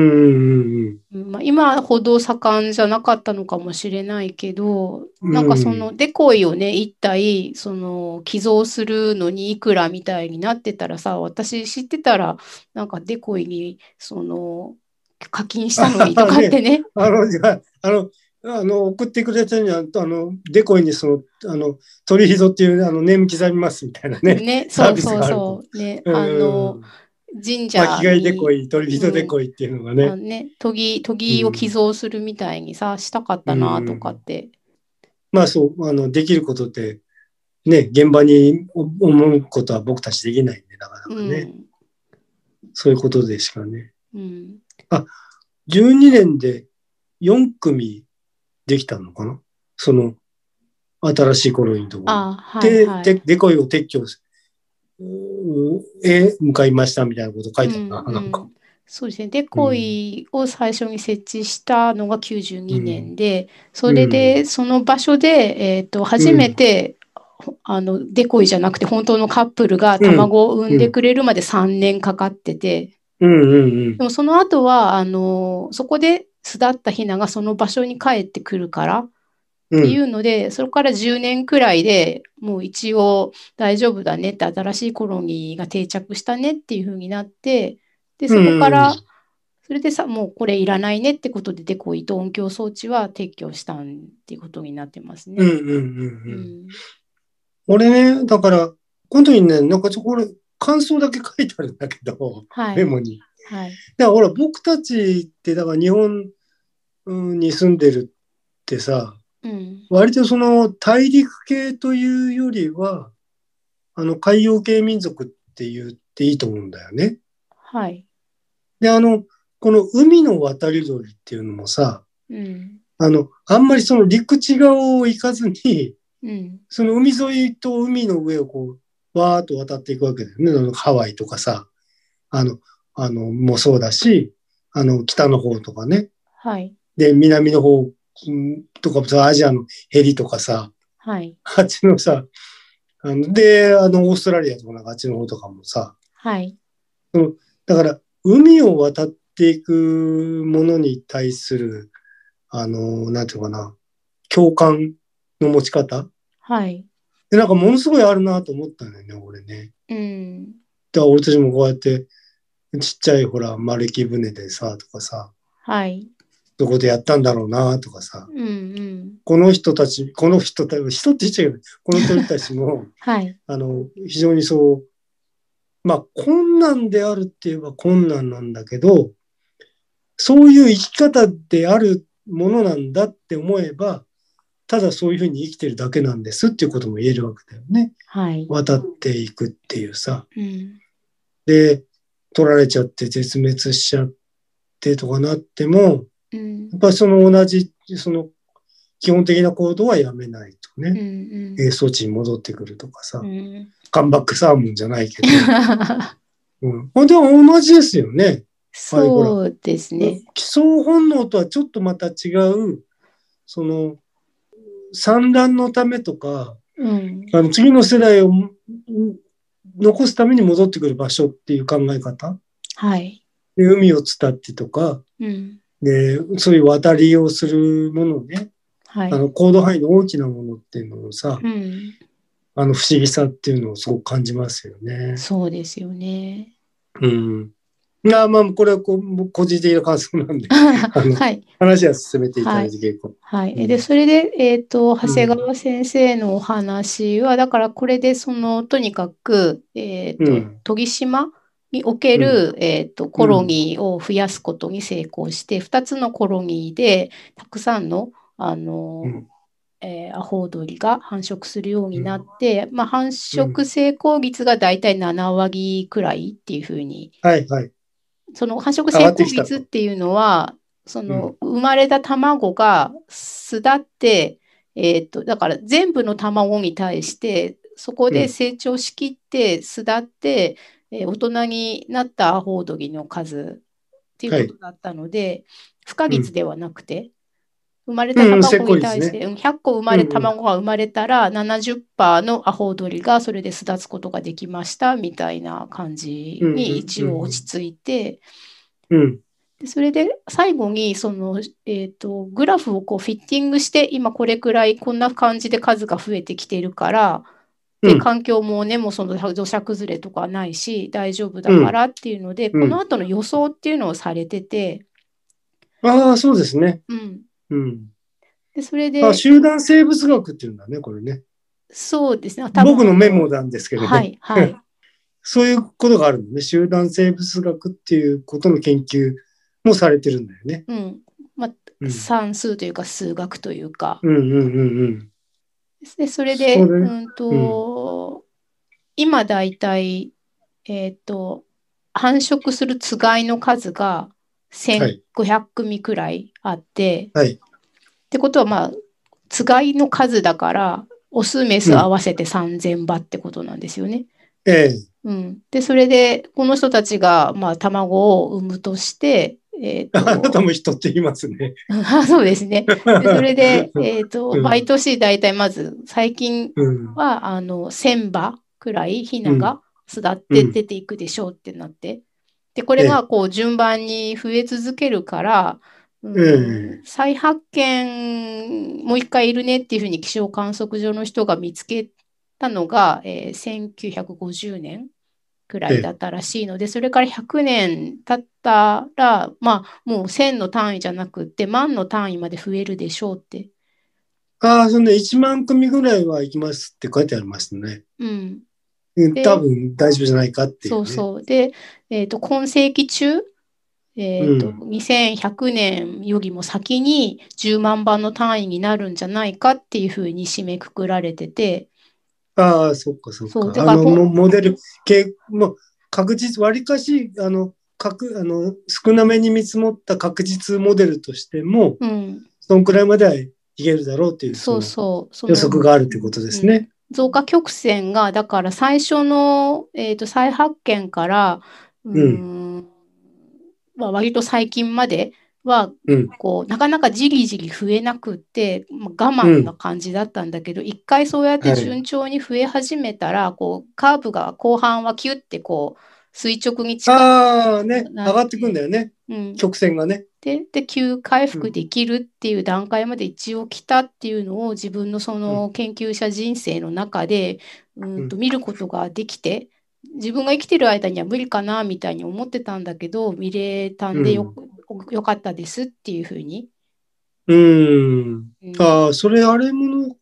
A: ん
B: うんまあ、今ほど盛んじゃなかったのかもしれないけど、なんかそ
A: うん
B: のデコイをね、一体その寄贈するのにいくらみたいになってたらさ、私知ってたら、なんかデコイにその課金したのにとかってね、
A: うん。あの、じゃあ、あの、あの送ってくれたには、あの、デコイにその、あの、 鳥ひぞっていう、あの、ネーム刻みますみたいなね。
B: ね、
A: サ
B: そ
A: ー
B: う
A: ビスが
B: そ
A: あ
B: う
A: る
B: そう、ね、あの、神社に
A: 巻き貝でこい、鳥人でこいっていうのが
B: あの
A: ね。
B: ね、研ぎ、研ぎを寄贈するみたいにさ、したかったなとかって。
A: まあそう、あの、できることって、ね、現場に思うことは僕たちできないんで、なかな
B: う
A: か
B: ん。
A: ね。そういうことでしかね。
B: うん。
A: 12年で4組できたのかなその、新しい頃のところに。
B: ああ、は
A: で、
B: い、はい。
A: で、でこいを撤去しうーへ向かいましたみたいなこと書いてあるな、
B: うん
A: なんか。
B: そうですね。デコイを最初に設置したのが92年で、それで、その場所で、えっと、初めて、あの、デコイじゃなくて、本当のカップルが卵を産んでくれるまで3年かかってて、
A: うんうん
B: でもその後は、あの、そこで巣立ったヒナがその場所に帰ってくるから、
A: うん。
B: っていうので、それから10年くらいでもう一応大丈夫だねって新しいコロニーが定着したねっていう風になってでそこか
A: う
B: ら
A: ん
B: それでさもうこれいらないねってことでデコイと音響装置は撤去したんっていうことになってます
A: うんうん
B: ね。
A: うん
B: う
A: うん。
B: ん
A: 俺ね、だから、この時にね、なんかちょ、これ、感想だけ書いてあるんだけど、
B: はい
A: メモに。
B: はい
A: だからほら、僕たちって、だから日本うんに住んでるってさ、
B: うん
A: 割とその大陸系というよりは、あの、海洋系民族って言っていいと思うんだよね。
B: はい
A: で、あの、この海の渡り鳥っていうのもさ、
B: うん
A: あの、あんまりその陸地側を行かずに、
B: うん
A: その海沿いと海の上をこう、わーっと渡っていくわけだよね。あのハワイとかさ、あの、あの、もそうだし、あの、北の方とかね。
B: はい
A: で、南の方うんとかさ、アジアのヘリとかさ、
B: はい
A: あっちのさ、あので、あの、オーストラリアとかなんかあっちの方とかもさ、
B: はい
A: だから海を渡っていくものに対する、あの、なんていうのかな、共感の持ち方
B: はい
A: で、なんかものすごいあるなと思ったんだよね、俺ね。
B: うん
A: だから俺たちもこうやって、ちっちゃいほら、丸木船でさ、とかさ、
B: はい
A: どこでやったんだろうなとかさ、
B: うんうん
A: この人たち、この人たち、人って言っちゃうけど、この鳥たちも、
B: はい
A: あの、非常にそう、まあ、困難であるって言えば困難なんだけど、そういう生き方であるものなんだって思えば、ただそういうふうに生きてるだけなんですっていうことも言えるわけだよね。
B: はい
A: 渡っていくっていうさ。
B: うん
A: で、取られちゃって絶滅しちゃってとかなっても、
B: うん
A: やっぱりその同じ、その基本的な行動はやめないと
B: うん
A: ね。
B: うん
A: えー措置に戻ってくるとかさ
B: う、ん
A: カンバックサーモンじゃないけ ど。うん、ほんで同じですよね。
B: そうですね。
A: 基礎本能とはちょっとまた違う、その、産卵のためとか、
B: うん。
A: あの次の世代をうん残すために戻ってくる場所っていう考え方。
B: はい。
A: で海を伝ってとか、
B: うん。
A: で、そういう渡りをするものね、
B: はい
A: あ。の行動範囲の大きなものっていうのをさ、
B: うん。
A: あの不思議さっていうのをすごく感じますよね。
B: そうですよね。
A: うん。まあまあ、これはこう個人的な感想なんで。あの
B: はい。
A: 話は進めていただいて結構。
B: は
A: う
B: い。
A: ん
B: で、それで、えっと、長谷川先生のお話は、だからこれで、その、とにかく、えっ
A: う
B: と
A: ん、
B: 研ぎ島における、えっと、コロニーを増やすことに成功して、2つのコロニーで、たくさんの、あの
A: う、ん
B: えーアホウドリが繁殖するようになって、まあ、繁殖成功率がだいたい7割くらいっていうふうに、
A: はいはい。
B: その繁殖成功率っていうのは、その生まれた卵が巣立って、えーっと、だから全部の卵に対して、そこ
A: う
B: で
A: ん
B: 成長しきって巣立って、えー大人になったアホウドリの数っていうことだったので、不可
A: う
B: 率
A: ん
B: ではなくて、生まれた
A: うん成功
B: 卵
A: 率ね
B: に対して、うん100個生まれ、卵が生まれたら70%のアホウドリがそれで巣立つことができましたみたいな感じに一応落ち着いて、
A: うん。
B: でそれで最後にその、えー、とグラフをこうフィッティングして今これくらいこんな感じで数が増えてきているから
A: う
B: で
A: ん
B: 環境もねもうその土砂崩れとかないし大丈夫だからっていうので、
A: うん
B: この後の予想っていうのをされてて、
A: ああ、そうですね。
B: うん、
A: うん。
B: でそれで
A: あ集団生物学っていうんだね、これね。
B: そうですね
A: 僕のメモなんですけれど、
B: はいはい
A: そういうことがあるのね。集団生物学っていうことの研究もされてるんだよね。
B: うんま
A: うん
B: あ、算数というか数学というか、
A: うんうんうんうん。
B: でそれで
A: それ
B: うんと、今だいたい、えー、と繁殖するつがいの数が
A: はい
B: 1500組くらいあって、
A: はい
B: ってことはまあつがいの数だからオスメス合わせて3000羽ってことなんですよね。
A: ええ。
B: うん、でそれでこの人たちが、まあ、卵を産むとして、えーと
A: あな たも人って言いますね。
B: あ そうですね。でそれで、えーと
A: うん
B: 毎年大体まず最近
A: うん。
B: はあの1000羽くらいヒナが巣立って出ていくでしょうってなって、でこれがこう順番に増え続けるから、うん
A: え
B: 再発見もう一回いるねっていうふうに気象観測所の人が見つけたのが、えー1950年くらいだったらしいので、それから100年経ったら、まあ、もう1000の単位じゃなくって万の単位まで増えるでしょうって。
A: ああ、そのね、1万組ぐらいは行きますって書いてありましたね。
B: うん、
A: うん
B: で
A: 多分大丈夫じゃないかっていう、ね。
B: そうそう。で、えっ、と、今世紀中、えっ、と、
A: う
B: 2100年よりも先に10万番の単位になるんじゃないかっていうふうに締めくくられてて、
A: ああ、そっかそっ
B: そ
A: か。
B: うだから
A: あの
B: こう
A: モモデル系、もう確実、わりかし、あの、確あの少なめに見積もった確実モデルとしても、
B: うん、
A: そのくらいまではいけるだろうっていう
B: そう
A: う
B: そう。そ
A: 予測
B: の
A: があるということですね。
B: 増加曲線が、だから最初の、えっ、と、再発見から、うーん、まあ、割と最近までは、
A: うん。
B: こうなかなかじりじり増えなくって、まあ、我慢な感じだったんだけど、一回そうやっ
A: は
B: て
A: い
B: 順調に増え始めたら、こうカーブが後半はキュッてこう垂直に近
A: ああ、ね、上がってくんだよね。
B: く、うん、
A: 曲線がね。
B: でで急回復できるっていう段階まで一応来たっていうのを自分のその研究者人生の中でうんと見ることができて自分が生きてる間には無理かなみたいに思ってたんだけど見れたんでよ,、よかったですっていうふうに。
A: うん。
B: うん
A: ああ、それ、あれもの、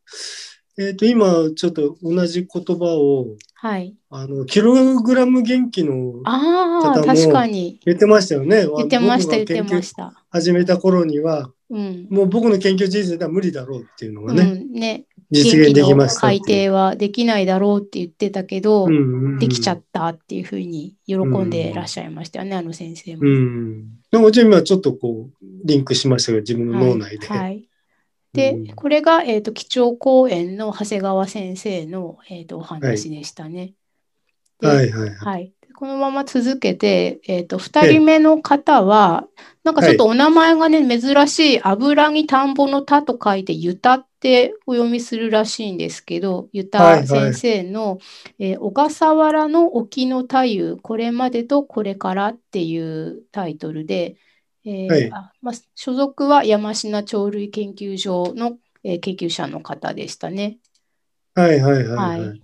A: えっ、と、今、ちょっと同じ言葉を、
B: はい、
A: あの、キログラム元気の
B: あ
A: 方
B: あ、
A: も
B: 確かに。
A: 言ってましたよね。
B: 言ってました、
A: あの僕が
B: 言って
A: 研究
B: ました。
A: 始めた頃には、
B: うん。
A: もう僕の研究人生では無理だろうっていうのが
B: う
A: ね、
B: ん、ね、
A: 実現できましたっていう
B: 元気の改定はできないだろうって言ってたけど、
A: うんうんうん
B: できちゃったっていうふうに喜んでらっしゃいましたよね、あの先生も。
A: うん。なんかじゃあ今ちょっとこう、リンクしましたけど、自分の
B: はい
A: 脳内で。
B: はいで
A: うん、
B: これが、えー、と基調講演の長谷川先生の、えー、とお話でしたね。で
A: はいはいはい。
B: はい、このまま続けて、えー、と2人目の方は、なんかちょっとお名前がね、珍しい油に田んぼの田と書いてゆたってお読みするらしいんですけどゆ
A: はいは
B: た
A: い
B: 先生の、えー小笠原の沖の太夫これまでとこれから」っていうタイトルで、えー
A: はい
B: あまあ、所属は山科鳥類研究所の、えー研究者の方でしたね。
A: はいはいはい、は。
B: はい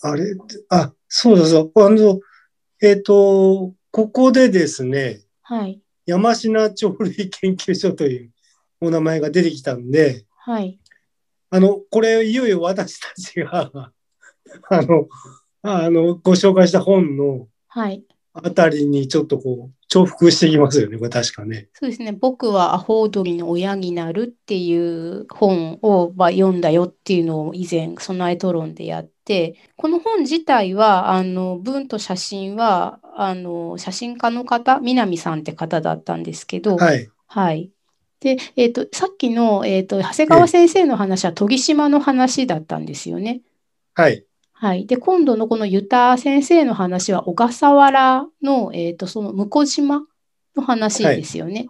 A: あれあ、そうだそう。あの、えっ、と、ここでですね、
B: はい、
A: 山科鳥類研究所というお名前が出てきたんで、
B: はい、
A: あの、これ、いよいよ私たちが、 あの、あの、ご紹介した本の
B: はい
A: あたりにちょっとこう、重複してきますよね、これ確かね。
B: そうですね。僕はアホウドリの親になるっていう本を、まあ、読んだよっていうのを以前、備えトロンでやって、この本自体は、あの、文と写真は、あの、写真家の方、南さんって方だったんですけど、
A: はい。
B: はい。で、えっと、さっきの、えっと、長谷川先生の話は、研ぎ島の話だったんですよね。
A: はい。
B: はい。で、今度のこのユタ先生の話は、小笠原の、えっと、その、向島の話ですよね。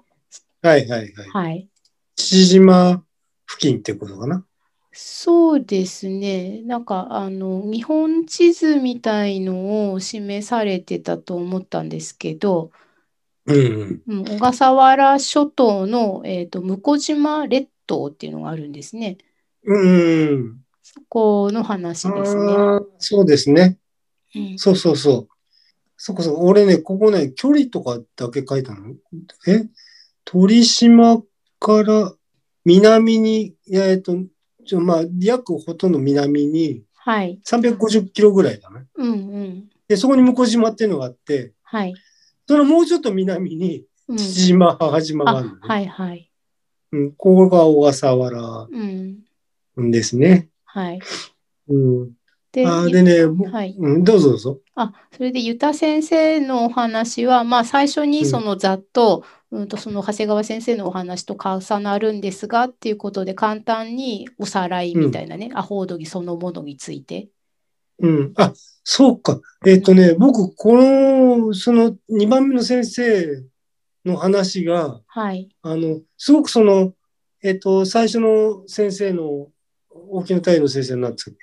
A: はいはいはい。
B: はい。
A: 父島付近ってことかな。
B: そうですね。なんか、あの、日本地図みたいのを示されてたと思ったんですけど、
A: うんうん。
B: うん、小笠原諸島の、えっと、向島列島っていうのがあるんですね。
A: うんうん。
B: そこの話ですね。
A: あーそうですね。
B: うん
A: そうそうそう。そこそこ。俺ね、ここね、距離とかだけ書いたの。え鳥島から南に、えっ、と、ちょまあ、約ほとんど南に
B: はい。
A: 350キロぐらいだね。
B: うんうん。
A: で、そこに向島っていうのがあって、
B: はい。
A: そのもうちょっと南に、
B: うん
A: 父島、母島があるのね、
B: あはいはい。
A: うん。ここが小笠原
B: うん。
A: ですね。
B: はい。
A: うん。
B: で、
A: あーでね、もう
B: はい。
A: うん、どうぞどうぞ。
B: あ、それで、ユタ先生のお話は、まあ、最初
A: う
B: に
A: ん
B: そのざっと、うんと、その長谷川先生のお話と重なるんですが、っていうことで、簡単におさらいみたいなね、アホウドギそのものについて。
A: うん。あ、そうか。えっ、とね、僕、この、その2番目の先生の話が、
B: はい。
A: あの、すごくその、えっ、と、最初の先生の、大きな太陽の先生なんですけど、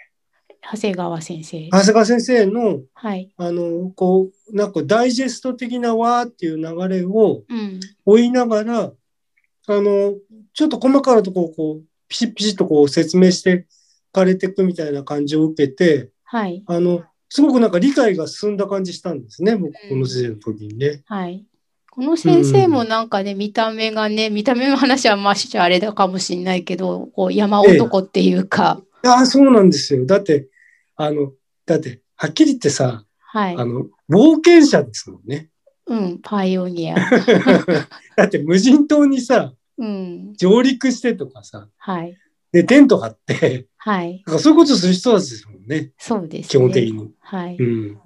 B: 長谷川先生。
A: 長谷川先生の、
B: はい。
A: あの、こう、なんかダイジェスト的なわーっていう流れを
B: うん。
A: 追いながら、あの、ちょっと細かなとこをこう、ピシッピシッとこう説明してかれていくみたいな感じを受けて、
B: はい。
A: あの、すごくなんか理解が進んだ感じしたんですね、僕、この先生の時にね。
B: はい。この先生もなんかね、見た目がね、見た目の話はまあしちゃあれだかもしれないけど、こう山男っていうか、
A: ああ、そうなんですよ。だって、あの、だって、はっきり言ってさ、
B: はい
A: あ。の、冒険者ですもん ね。
B: うん、パイオニア。
A: だって無人島にさ、
B: うん、
A: 上陸してとかさ、
B: はい。
A: で、テント張って、
B: はい。
A: なんかそういうことする人たちですもんね、
B: そうですね。
A: 基本的に。
B: はい。
A: うん。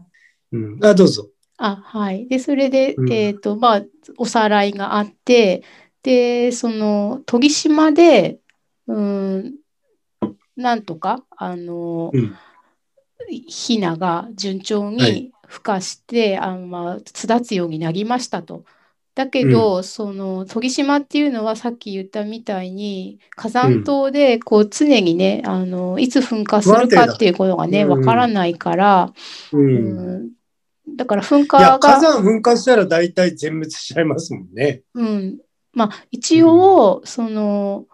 A: うん。あ、どうぞ。
B: あ、はい。で、それで、
A: うん
B: えっと、まあ、おさらいがあって、で、その、研ぎ島で、うん、なんとか、あの、
A: うん。
B: ヒナが順調
A: はい
B: に孵化して、あのまあ、巣立つようになりましたと。だけど、その研ぎ島っていうのはさっき言ったみたいに火山島でこう常にね、あのいつ噴火するかっていうことがね
A: 不安定だ
B: わからないから、
A: うん。
B: うんだから噴
A: いや、火
B: 火が、
A: 山噴火したら大体全滅しちゃいますもんね。
B: うん、まあ一応その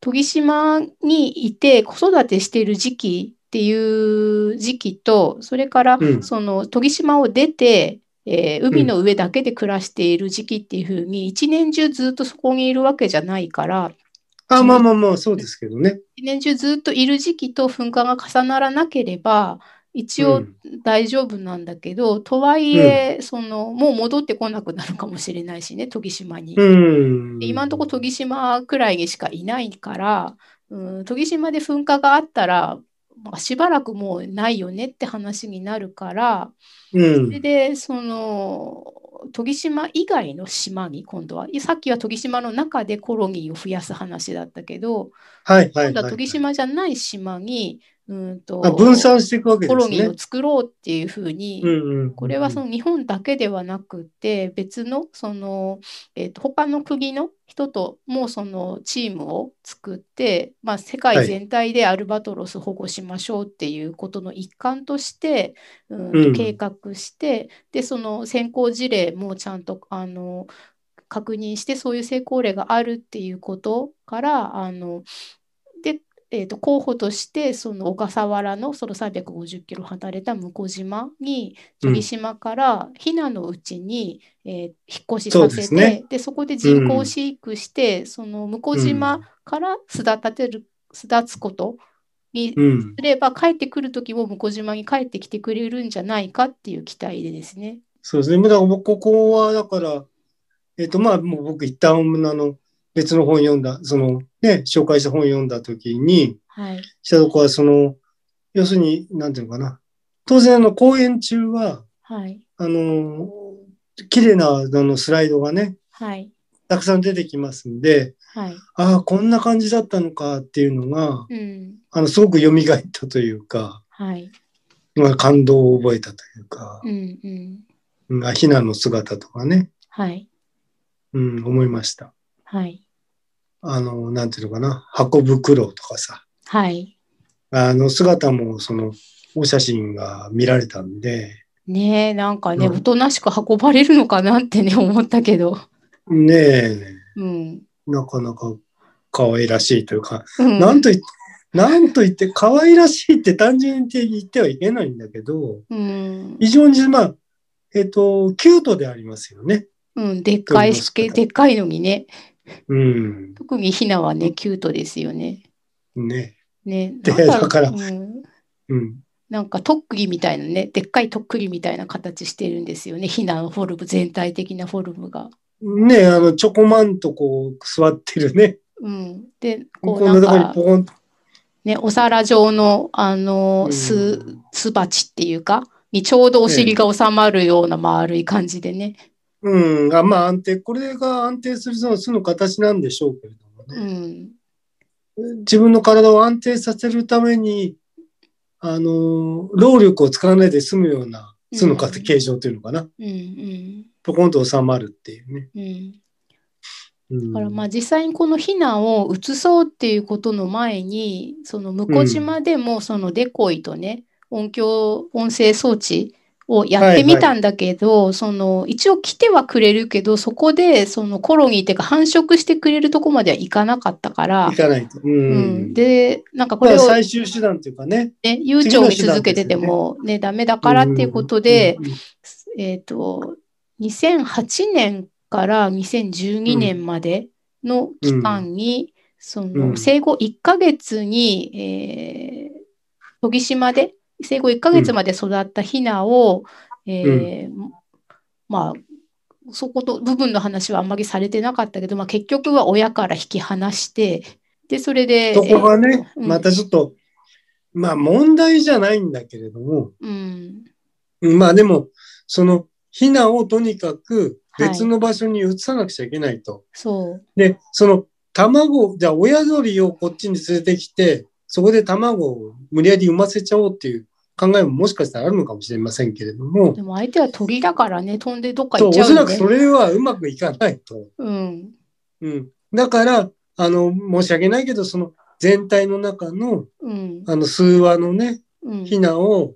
B: 研ぎ島にいて子育てしている時期っていう時期とそれから
A: うん
B: その研ぎ島を出て、えー海の上だけで暮らしている時期っていうふうに一年中ずっとそこにいるわけじゃないから
A: あ、まあまあまあ、そうですけどね。
B: 一年中ずっといる時期と噴火が重ならなければ一
A: う
B: 応
A: ん
B: 大丈夫なんだけど、とはいえ、そのもう戻ってこなくなるかもしれないしね研ぎ島に。
A: うん。
B: で今のところ研ぎ島くらいにしかいないから、うん、研ぎ島で噴火があったら、まあ、しばらくもうないよねって話になるから、
A: う
B: それ
A: ん。
B: でその研ぎ島以外の島に今度はさっきは研ぎ島の中でコロニーを増やす話だったけど
A: はいはい
B: 今度
A: は。
B: はい研ぎ島じゃない島に、うん、と
A: あ分散していくわけで
B: コロ
A: す
B: ニー
A: ね
B: を。作ろうっていうふうに、
A: うんうん。
B: これはその日本だけではなくて別のその、えー、と他の国の人ともそのチームを作って、まあ、世
A: は
B: 界
A: い
B: 全体でアルバトロス保護しましょうっていうことの一環として、うん
A: うん
B: 計画してでその先行事例もちゃんとあの確認してそういう成功例があるっていうことからあので、えー、と候補としてその小笠原のその350キロ離れた向島に
A: うん
B: 鳥島からヒナのうちに、えー引っ越し
A: そう
B: さ
A: です
B: せ
A: ね
B: てでそこで人工飼育して、その向島から巣立てる巣立つことに
A: うん。
B: すれば帰ってくる時も向島に帰ってきてくれるんじゃないかっていう期待でですね。
A: そうですね。だから僕、ここは、だから、えっ、と、まあ、もう僕、一旦、あの、別の本読んだ、その、ね、紹介した本読んだ時に、
B: はい、
A: したとこは、その、要するに、なんていうのかな。当然、あの、公演中は、
B: はい、
A: あの、綺麗な、あの、スライドがね、
B: はい、
A: たくさん出てきますんで、
B: はい、
A: ああ、こんな感じだったのかっていうのが、
B: うん、
A: あの、すごく蘇ったというか、
B: はい、
A: まあ、感動を覚えたというか
B: う、ん、うん、
A: うん、ヒナの姿とかね、
B: はい、
A: うん、思いました。
B: はい、
A: あの、なんていうのかな、運ぶ苦労とかさ、
B: はい、
A: あの姿もその、お写真が見られたんで、
B: ねえ、なんかね、
A: うん
B: おとなしく運ばれるのかなってね、思ったけど。
A: ねえ、
B: うん。
A: なかなか可愛らしいというか、
B: うん
A: なんと言って、なんと言って、可愛らしいって単純に言ってはいけないんだけど、
B: うん。
A: 非常にまあ、えっと、キュートでありますよね。
B: うん。でっかいし、
A: どう思いますか
B: でっかいのにね。
A: うん。
B: 特にヒナはね、キュートですよね。
A: ね。
B: ね。
A: で
B: なん
A: だから
B: うん。
A: うん。
B: なんかとっくりみたいなね、でっかいとっくりみたいな形してるんですよね、ヒナのフォルム、全体的なフォルムが。
A: ねえ、あの、ちょこまんとこう、座ってるね。
B: うん、で、こ
A: こ
B: う
A: な
B: んな
A: んとこに
B: か、
A: ポコンと。
B: ね、お皿状の、あの、す、すばちっていうか、にちょうどお尻が収まるような丸い感じでね。
A: うん、あまあ安定、これが安定するその巣の形なんでしょうけれども
B: う
A: ね。
B: ん。
A: 自分の体を安定させるために、あの、労力を使わないで済むような巣の形
B: うん
A: 形状というのかな。
B: うんうん。
A: ポコンと収まるっていうね。
B: うん。
A: うん、
B: だからまあ実際にこの避難を移そうっていうことの前にその向島でもそのデコイとね音響音声装置をやってみたんだけどその一応来てはくれるけどそこでそのコロニーっていうか繁殖してくれるとこまではいかなかったから
A: 行かないと。うん。
B: うんでなんかこ
A: これ
B: れ
A: は
B: を
A: 最終手段というかね。
B: ね悠長に続けててもねダメだからっていうことで
A: うん、
B: えっ、と、2008年から2012年までの期間に、その、
A: うん
B: 生後1ヶ月に、えー、研ぎ島で、生後1ヶ月まで育ったヒナを、えーまあ、そこと、部分の話はあんまりされてなかったけど、まあ結局は親から引き離して、で、それで、
A: そこがね、
B: うん
A: またちょっと、まあ問題じゃないんだけれども、
B: うん、
A: まあでも、その、避難をとにかく
B: はい
A: 別の場所に移さなくちゃいけないと。
B: そう、
A: で、その、卵を、じゃあ親鳥をこっちに連れてきて、そこで卵を無理やり産ませちゃおうっていう考えももしかしたらあるのかもしれませんけれども、
B: でも相手は鳥だからね、飛んでどっか
A: そ
B: 行
A: う、
B: っ
A: お
B: ちゃ
A: そ
B: うよ
A: ら
B: ね
A: くそれはうまくいかないと。
B: うん、
A: うん。だから、あの、申し訳ないけど、その全体の中の、
B: うん、
A: あの、数話のね、
B: うん。
A: 避難を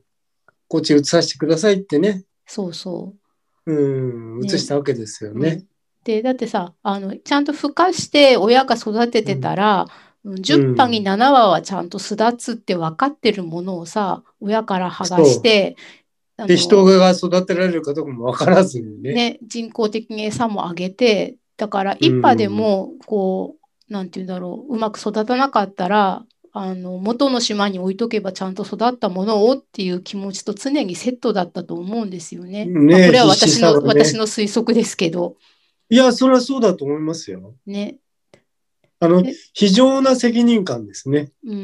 A: こっち移させてくださいってね、
B: そうそう。
A: うん、
B: ね
A: 移したわけですよ
B: う
A: ね。
B: んで、だってさ、あの、ちゃんと孵化して親が育ててたら、うん10羽に7羽はちゃんと巣立つって分かってるものをさ、親から剥がして、あ
A: で、
B: の
A: 人が育てられるかどうかもわからずにね。
B: ね、人工的に餌もあげて、だから一羽でも、こう、なんて言うんだろう、うまく育たなかったら、あの、元の島に置いとけばちゃんと育ったものをっていう気持ちと常にセットだったと思うんですよね。
A: ね
B: まあこれは
A: 必
B: 私
A: 死さ
B: の、
A: がね
B: 私の推測ですけど、
A: いや、それはそうだと思いますよ。
B: ね。
A: あの
B: え、
A: 非常な責任感ですね。
B: うん。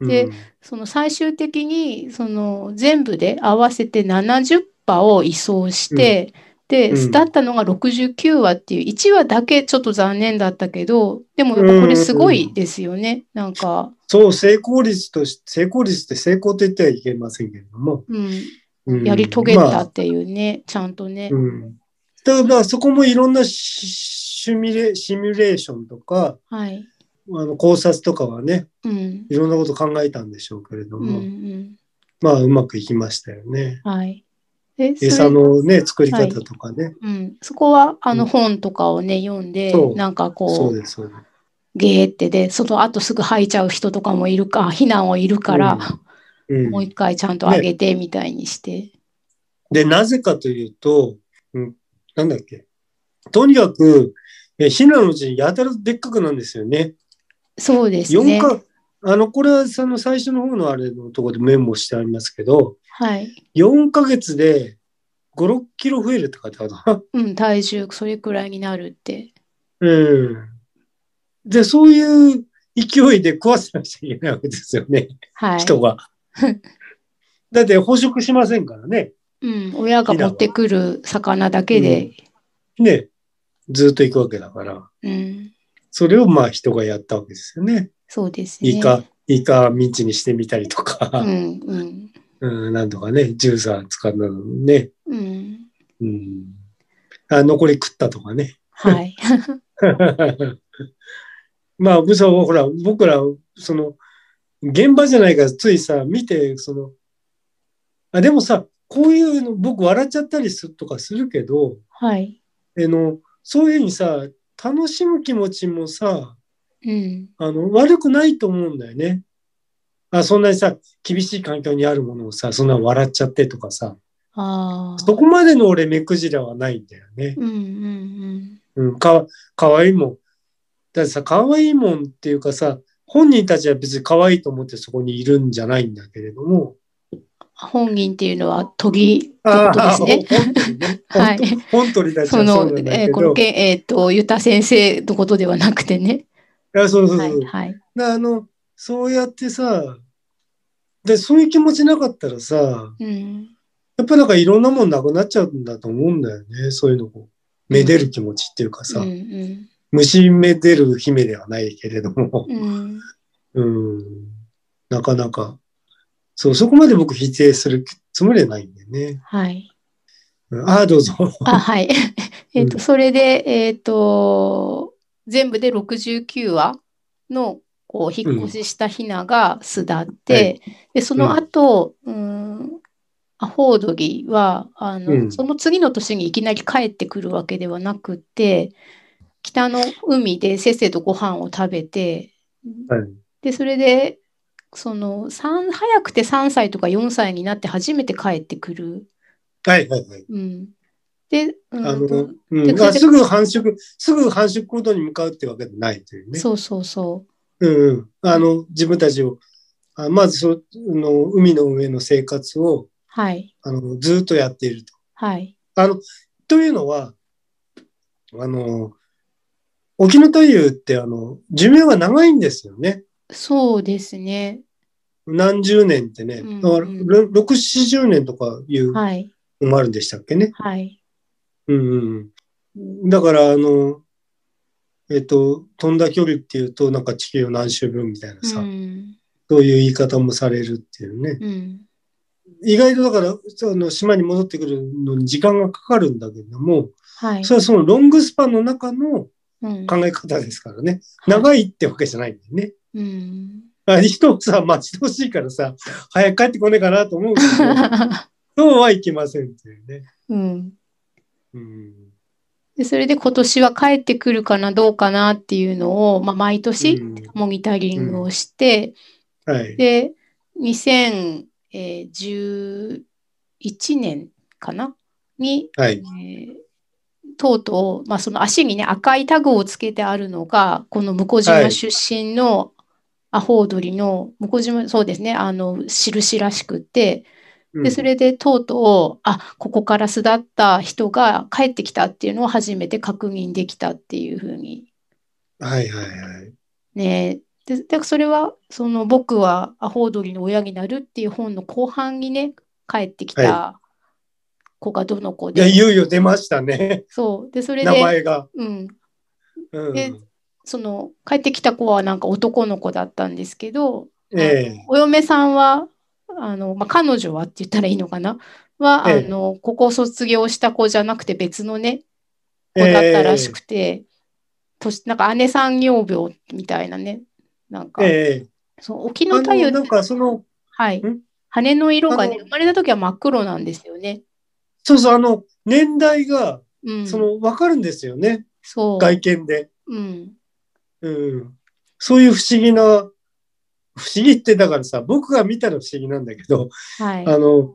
A: うん
B: でその最終的にその全部で合わせて70羽を移送して、で、
A: うん
B: 巣立ったのが69羽っていう1羽だけちょっと残念だったけどでもやっぱこれすごいですよね、なんか、
A: そう、成功率とし、成功率って成功と言ってはいけませんけれども。
B: うん、
A: うん
B: やり遂げた
A: まあ
B: っていうね、ちゃんとね、
A: うん。だから、そこもいろんなシシミュレシミュレーションとか、
B: はい、
A: あの考察とかはね、
B: うん、
A: いろんなこと考えたんでしょうけれど
B: うん、う
A: も、
B: ん、
A: まあ、うまくいきましたよね。
B: はい。え、それ
A: 餌のね、作り方とかね。
B: うん、そこはあの
A: うん
B: 本とかをね、読んで
A: そう、
B: なんかこ
A: そうです、そうです。
B: ゲーってで、その後すぐ吐いちゃう人とかもいるか、避難をいるから、
A: うん
B: もう一回ちゃんと上げてみたいにして。
A: で、なぜかというと、うん、なんだっけ。とにかく、えヒナのうちやたらでっかくなんですよね。
B: そうです
A: 4
B: ね。
A: か、あの、これはその最初の方のあれのところでメモしてありますけど、
B: はい。
A: 4ヶ月で5、6キロ増えるって書いてあるな。
B: うん、体重それくらいになるって。
A: うん。で、そういう勢いで食わせなくちゃいけないわけですよね、
B: はい。
A: 人 が。だって捕食しませんからね。
B: うん、親が持ってくる魚だけで。
A: ね。ずっと行くわけだから。
B: うん、
A: それをまあ人がやったわけですよね。
B: そうですね。
A: イカ、イカミンチにしてみたりと
B: う
A: か、
B: ん、うん、
A: うん、なんとかね、ジューサー使ったのね、
B: うん。
A: うん。あ、残り食ったとかね。
B: はい。
A: まあ、武装はほら、僕ら、その、現場じゃないから、ついさ、見て、その、あ、でもさ、こういうの、僕笑っちゃったりするとかするけど、
B: はい。
A: あの、そういうふうにさ、楽しむ気持ちもさ、
B: うん、
A: あの、悪くないと思うんだよね。あ、そんなにさ、厳しい環境にあるものをさ、そんな笑っちゃってとかさ、
B: ああ。
A: そこまでの俺目くじらはないんだよね。
B: うん、うん、
A: うん、か、かわいいもん。だってさ、かわいいもんっていうかさ、本人たちは別に可愛いと思ってそこにいるんじゃないんだけれども、
B: 本人っていうのは都議って
A: あ
B: ことで
A: あ、
B: すね。
A: 本当にね
B: はい。
A: 本当にだ
B: そ
A: そう
B: の
A: なん、だ
B: え
A: け
B: ーこの
A: ど。
B: け、えっ、と、ユタ先生のことではなくてね。
A: あそうそう
B: は
A: そう
B: い、。はい。
A: なあの、そうやってさ、で、そういう気持ちなかったらさ、
B: うん。
A: やっぱなんかいろんなもんなくなっちゃうんだと思うんだよね。そういうのを。めでる気持ちっていうか
B: う
A: さ、
B: ん、うん
A: 虫めでる姫ではないけれども、
B: うん。
A: うん、なかなか、そう、そこまで僕否定するつもりはないんだよね。
B: はい。
A: うんああ、どうぞ。
B: あ、はい。 えっと、それで、えっ、と、全部で69話の、こう、引っ越ししたヒナが巣立って、で、その後、うーん、アホウドギは、あの、
A: うん
B: その次の年にいきなり帰ってくるわけではなくて、北の海でせっせとご飯を食べて、
A: はい
B: で、それで、その、三早くて3歳とか4歳になって初めて帰ってくる。
A: はいはいはい。
B: うん。で、うん
A: あの、う
B: で
A: ん、あすぐ繁殖、すぐ繁殖行動に向かうってわけでないというね。
B: そうそうそう。
A: うんうん、あの自分たちをあまずその海の上の生活を
B: はい。
A: あのずっとやっていると。
B: はい。
A: あのというのはあの沖の太夫ってあの寿命が長いんですよね。
B: そうですね。
A: 何十年ってね。
B: うん
A: だから
B: うん
A: 6、70年とかいう
B: はい。
A: のもあるんでしたっけね。
B: はい。
A: うんうんうん。だからあの、えっと、飛んだ距離っていうとなんか地球を何周分みたいなさ、
B: うん。
A: そういう言い方もされるっていうね。
B: うん。
A: 意外とだから、その島に戻ってくるのに時間がかかるんだけども、
B: はい。
A: それはそのロングスパンの中の
B: うん。
A: 考え方ですからね。
B: い。
A: 長いってわけじゃないんだよね。
B: うん。
A: あ人をさ、待ち遠しいからさ、早く帰ってこねえかなと思 うけど、そうはいきませんっていうね。
B: うん。
A: うん。
B: で、それで今年は帰ってくるかな、どうかなっていうのを、まあ、毎年、
A: うん
B: モニタリングをして、
A: はい。
B: で、2011年かなに、
A: はい。
B: えーとうとう、まあ、その足にね、赤いタグをつけてあるのが、この向
A: は
B: 島
A: い
B: 出身のアホウドリの、向島、そうですね、あの、印らしくって、
A: うん
B: で、それでとうとう、あ、ここから巣立った人が帰ってきたっていうのを初めて確認できたっていうふうに
A: はいはいはい。
B: ねえ。で、でそれは、その僕はアホウドリの親になるっていう本の後半にね、帰ってきた子がどの子
A: いや、
B: で、
A: いよいよ出ましたね。
B: そう。で、それ
A: 名
B: で、
A: 前が。
B: うん、
A: うん。
B: でその帰ってきた子はなんか男の子だったんですけど、
A: ええ。
B: お嫁さんは、あの、まあ、彼女はって言ったらいいのかな、は、あ
A: ええ
B: の、ここを卒業した子じゃなくて別のね、子だったらしくて、としなんか姉さん女房みたいなね、なんか、
A: ええ。
B: そう、沖
A: あ
B: の太陽
A: の、な
B: って
A: んかその、
B: はい
A: ん。
B: 羽の色がね、
A: あの
B: 生まれた時は真っ黒なんですよね。
A: そうそう、あの、年代が、
B: うん。
A: その、わかるんですよね。
B: そう。
A: 外見で。
B: うん。
A: うん。そういう不思議な、不思議ってだからさ、僕が見たら不思議なんだけど、
B: はい。
A: あの、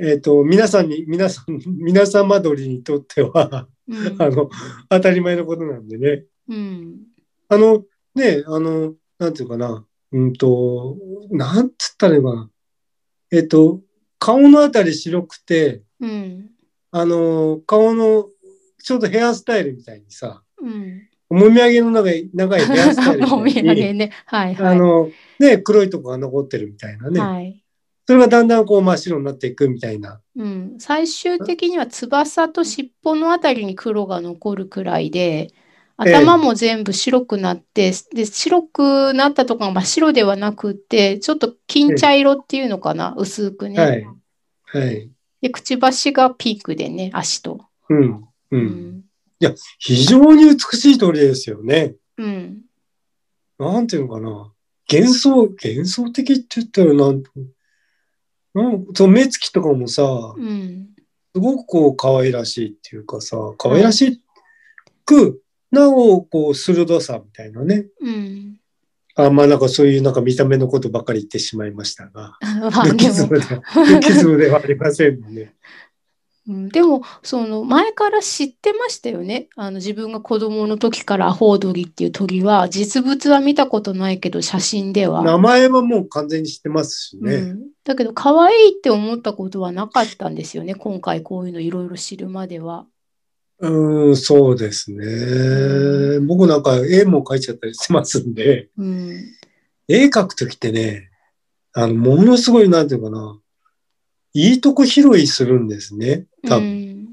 A: えっ、と、皆さんに、皆さん、 皆様鳥にとっては、
B: うん
A: あの、当たり前のことなんでね。
B: うん。
A: あの、ね、あの、なんていうかな、うんと、なんつったらいいのかな。えっ、と、顔のあたり白くて、
B: うん。
A: あの、顔の、ちょうどヘアスタイルみたいにさ、
B: うん。
A: もみあげの長い、長いヘアスタイル みたいに。
B: お土産ね。はいは
A: あ
B: い。
A: の、ね、黒いとこが残ってるみたいなね。
B: はい。
A: それがだんだんこう真っ白になっていくみたいな。
B: うん。最終的には翼と尻尾のあたりに黒が残るくらいで、頭も全部白くなって、で、白くなったところが真っ白ではなくて、ちょっと金茶色っていうのかな、薄くね。
A: はいはい。
B: で、くちばしがピークでね、足と。
A: うん。う。。
B: うん
A: 非常に美しい鳥ですよね。
B: うん。
A: なんていうのかな。幻想、幻想的って言ったらなん、なんその目つきとかもさ、
B: うん。
A: すごくこう可愛らしいっていうかさ、可愛らしく、なおこう鋭さみたいなね。
B: うん。
A: あんまあなんかそういうなんか見た目のことばかり言ってしまいましたが。
B: まあ
A: ル
B: で
A: キズ
B: も、
A: ムでは、ルキズムではありませんね。
B: うん、でもその前から知ってましたよねあの自分が子供の時からアホウドリっていう鳥は実物は見たことないけど写真では、
A: 名前はもう完全に知ってますしね。
B: うん、だけど可愛いって思ったことはなかったんですよね今回こういうのいろいろ知るまでは。
A: うん、そうですね。僕なんか絵も描いちゃったりしてますんで、
B: うん
A: 絵描くときってね、あの、ものすごい、なんていうかな、いいとこ拾いするんですね。多分。
B: うん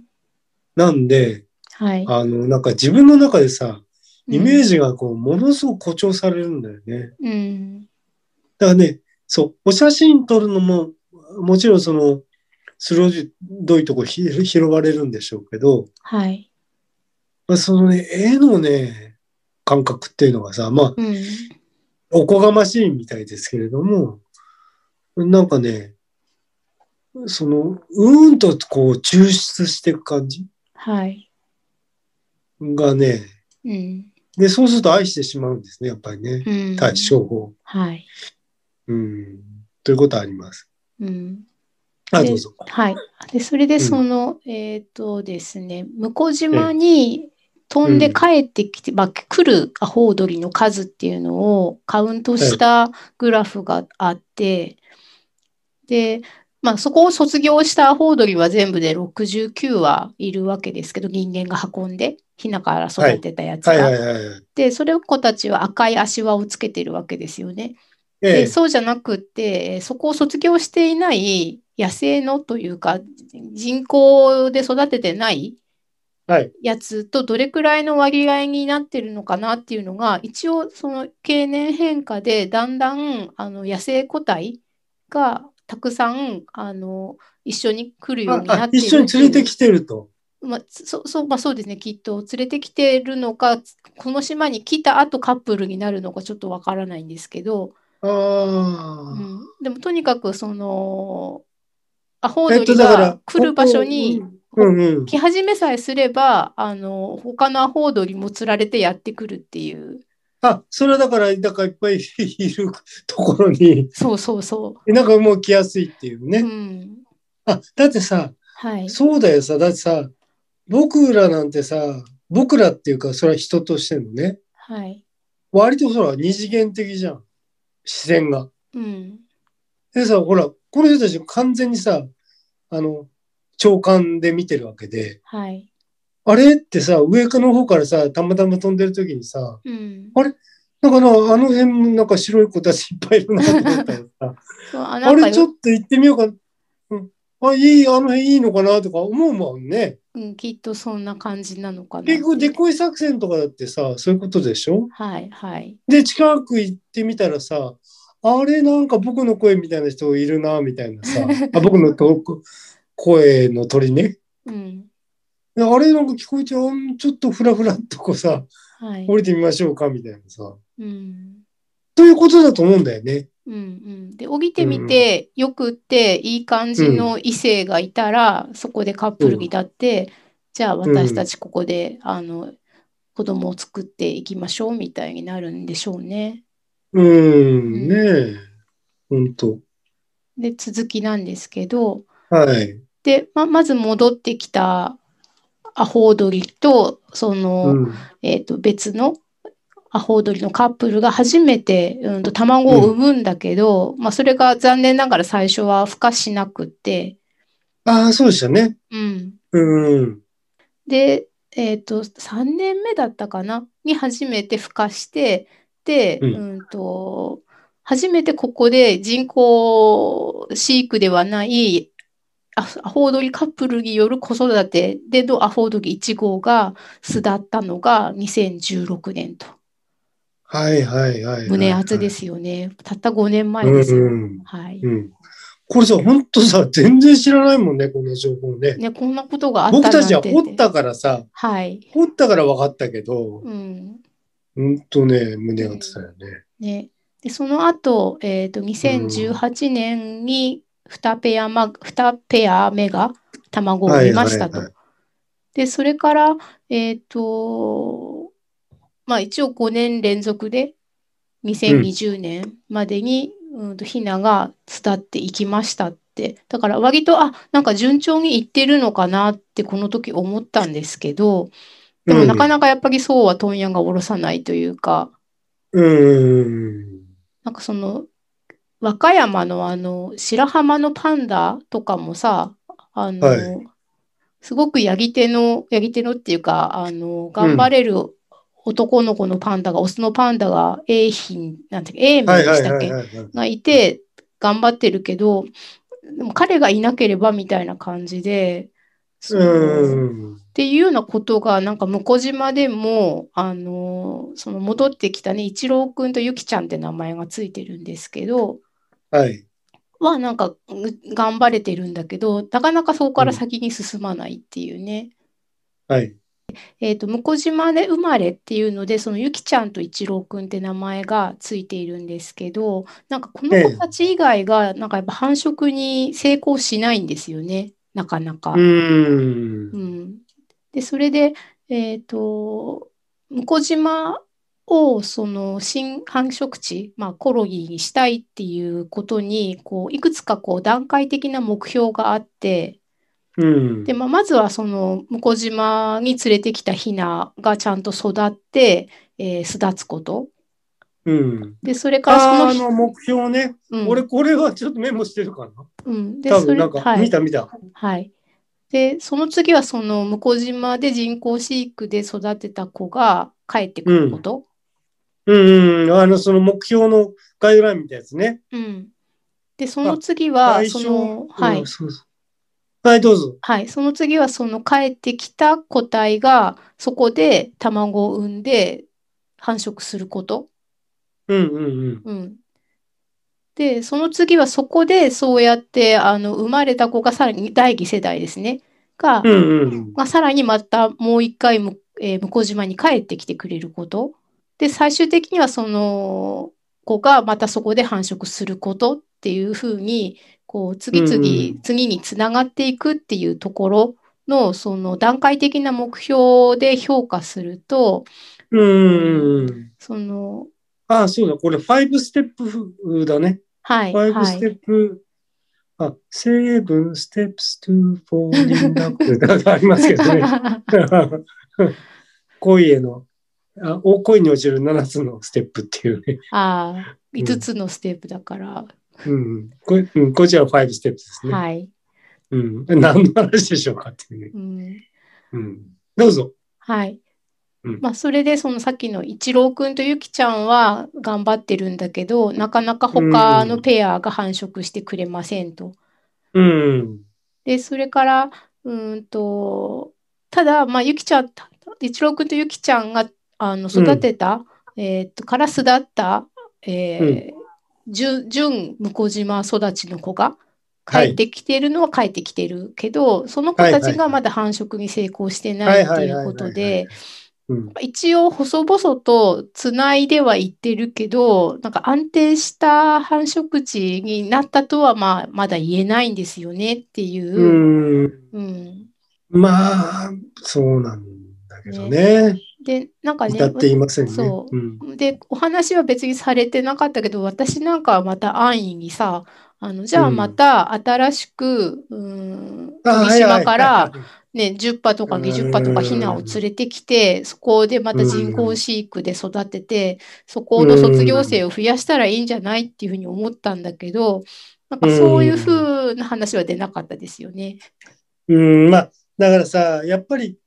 A: なんで、
B: はい、
A: あの、なんか自分の中でさ、イメー
B: ジ、
A: ジがこう、ものすごく誇張されるんだよね。
B: うん
A: だからね、そう、お写真撮るのも、もちろんその、鋭いとこひ拾われるんでしょうけど、
B: はい
A: まあ、そのね、絵のね、感覚っていうのがさ、まあ、
B: うん
A: おこがましいみたいですけれども、なんかね、その、うーんとこう抽出していく感じ
B: はい
A: がね、
B: うん
A: で、そうすると愛してしまうんですね、やっぱりね。
B: うん
A: 対処法。
B: はい
A: うん。ということはあります。
B: うん
A: あ、
B: で
A: どうぞ。
B: はい。で、それ
A: ん
B: でその、えっ、とですね、向島に飛んで帰ってきて、まあ、来るアホウドリの数っていうのをカウントしたグラフがあって、で、まあ、そこを卒業したアホウドリは全部で69羽いるわけですけど、人間が運んで、ひなから育てたやつが。
A: はいはいはいはい。
B: で、それを子たちは赤い足輪をつけてるわけですよね。
A: え
B: で
A: え、
B: そうじゃなくってえーそこを卒業していない野生のというか人工で育ててない
A: はい
B: やつとどれくらいの割合になってるのかなっていうのが一応その経年変化でだんだんあの野生個体がたくさんあの一緒に来るようにな
A: あ
B: っ。ている
A: 一緒に連れてきてると。
B: まあ、そそうまあ、そうですね、きっと連れてきてるのか、この島に来た後カップルになるのかちょっとわからないんですけど、
A: ああ。
B: うん、でもとにかくそのアホウ
A: え
B: ド
A: っと、
B: リ
A: だから
B: が、来る場所に
A: ここ。うんうんうん。
B: 来始めさえすればあの他のアホウドリも釣られてやってくるっていう
A: あ、それはだから、だからいっぱいいるところに、
B: そうそうそ
A: なんかもう来やすいっていうね。
B: う、うん、
A: あ、だってさ、
B: はい、
A: そうだよさ、だってさ、僕らなんてさ、僕らっていうか、それは人としてのね、
B: はい、
A: 割とほら、二次元的じゃん。視線が。
B: うん、
A: でさ、ほら、この人たち完全にさ、あの、長官で見てるわけで、
B: はい、
A: あれってさ、上の方からさ、たまたま飛んでる時にさ、
B: うん、
A: なんかな、あの辺もなんか白い子たちいっぱいいるなと思ったらさ、
B: そうあ な
A: あ
B: んか
A: れちょっと行ってみようか、うん、あ、いい、あの辺いいのかなとか思うもんね。
B: うん、きっとそんな感じなのかな
A: 結局、デ
B: イ
A: コイ作戦とかだってさ、そういうことでしょ
B: はいはい
A: で、近く行ってみたらさ、あれなんか僕の声みたいな人いるな、みたいな さ、あ僕のと声の鳥ね。
B: うん
A: であれなんか聞こえちゃううん、ちょっとフラフラっとこうさ、
B: はい
A: 降りてみましょうか、みたいなさ。
B: うん
A: ということだと思うんだよね。
B: うんうん、で降りてみて、よくっていい感じの異性がいたら、そこでカップルに立って、じゃあ私たちここで、あの子供を作っていきましょうみたいになるんでしょうね。
A: うーん、ねえ。ほんと。
B: で続きなんですけど
A: はい。
B: でままず戻ってきたアホウドリとその、
A: うん。
B: えー、と別のアホウドリのカップルが初めて、うん、と卵を産むんだけど、まあ、それが残念ながら最初は孵化しなくって。
A: ああ、そうでしたね。
B: うん
A: うん。
B: で、えっと、3年目だったかなに初めて孵化して、で、
A: うん
B: うんと、初めてここで人工飼育ではないアフアホウドリカップルによる子育てでのアホウドリ1号が巣立ったのが2016年と。
A: はいはいはいはい、はい。
B: 胸熱ですよね。たった5年前
A: うん
B: ですよ。
A: うん
B: はい。
A: うん。これさ、ほんとさ、全然知らないもんね、この情報ね。
B: ね、こんなことがあった
A: 僕たち
B: な
A: は
B: んて
A: 掘ったからさ、
B: はい。
A: 掘ったから分かったけど、
B: うん。
A: ほんとね、胸がつたよね。
B: ね、でその後、えーと、2018年に2ペアま二ペア目が卵を産みました
A: はいはい
B: と。で、それから、えっと、まあ一応5年連続で2020年までに、うんとヒナが伝っていきましたっ。だから割と、あ、なんか順調にいってるのかなってこの時思ったんですけど、でもなかなかやっぱりそうは問屋が下ろさないというか、
A: うん。
B: なんかその、和歌山のあの、白浜のパンダとかもさ、あの、
A: はい
B: すごくヤギ手の、ヤギ手のっていうか、あの、頑張れる男の子のパンダが、オスのパンダが、永品、なんていうか、
A: は
B: 永明
A: い
B: で
A: は
B: し
A: い
B: たっ
A: は
B: け
A: いはいはい。
B: がいて頑張ってるけど、でも彼がいなければみたいな感じで、その
A: うん。
B: っていうようなことが、なんか向島でも、あの、その戻ってきたね、一郎くんとゆきちゃんって名前がついてるんですけど、
A: はい。
B: はなんかう頑張れてるんだけど、なかなかそこから先に進まないっていうね。
A: はい。
B: えっと、向島で生まれっていうので、そのゆきちゃんと一郎くんって名前がついているんですけど、なんかこの
A: ええ
B: 子たち以外が、なんかやっぱ繁殖に成功しないんですよね、なかなか
A: う。ん
B: う。ん。で、それで、えっと、向島をその新繁殖地、まあ、コロギにしたいっていうことに、こう、いくつかこう段階的な目標があって、
A: うん。
B: で、まあ、まずはその向島に連れてきたヒナがちゃんと育って、えー巣立つこと。
A: うん。
B: で、それからその
A: あーあ
B: ひ
A: の目標ね。
B: うん、
A: 俺、これはちょっとメモしてるかな。
B: うん、で、
A: 多
B: そ
A: 分
B: れ、
A: なんか、
B: はい
A: 見た見た。
B: はい。で、その次はその向島で人工飼育で育てた子が帰ってくること。
A: うんうん。あの、その目標のガイドラインみたいなやつね。
B: うん。で、その次は、
A: 最
B: そ
A: 初
B: の、はい
A: うん。そうそうはい、どうぞ。
B: はい、その次はその帰ってきた個体がそこで卵を産んで繁殖すること。
A: うんうん
B: うん。で、その次はそこでそうやってあの生まれた子がさらに第二世代ですね。が、
A: うん。うんうん。
B: まあ、さらにまたもう一回む、えー向島に帰ってきてくれること。で、最終的にはその子がまたそこで繁殖することっていうふうに、こう、次々、
A: うんうん
B: 次につながっていくっていうところの、その段階的な目標で評価すると、
A: うんうん。
B: その、
A: ああ、そうだ。これ、ファイブステップだね。
B: はい、
A: ファイブ
B: は
A: ス
B: い
A: テ。ップ。あ、セブンステップストゥフォーリンダップってなんかありますけどね。恋への、あお恋に落ちる7つのステップっていうね。
B: あ あ、
A: ん
B: 5つのステップだから、
A: うん。これ、うん、こちらは5ステップですね。
B: はい。
A: うん。何の話でしょうかっていうね。
B: うん、
A: うん。どうぞ。
B: はい。
A: うん
B: まあ、それで、そのさっきの一郎くんとゆきちゃんは頑張ってるんだけど、なかなか他のペアが繁殖してくれませんと。
A: うん。
B: で、それから、うーんと、ただ、まあ、ゆきちゃん、一郎くんとゆきちゃんが、あの、育てた、えーっと、から巣立った、えー、純、純向島育ちの子が、
A: は
B: 帰っ
A: い。
B: てきてるのは帰ってきてるけど、その子たちがまだ繁殖に成功してないっ
A: は
B: ていうこと
A: いはいはいはいはい
B: で、
A: うん。
B: 一応細々とつないではいってるけど、なんか安定した繁殖地になったとはまあまだ言えないんですよねっていう。
A: うん。
B: うん
A: まあ、そうなんだけどね。
B: で、なんかね
A: 至、っていませんね。
B: そう
A: うん。
B: で、お話は別にされてなかったけど、私なんかはまた安易にさ、あの、じゃあまた新しく、うーん、
A: あ
B: 富島か、
A: はい
B: ら
A: はいはいはい
B: ね、10羽とか20羽とかヒナを連れてきて、そこでまた人工飼育で育てて、そこの卒業生を増やしたらいいんじゃないっていうふうに思ったんだけど、なんかそういうふうな話は出なかったですよね。
A: うん、まあ、だからさ、やっぱり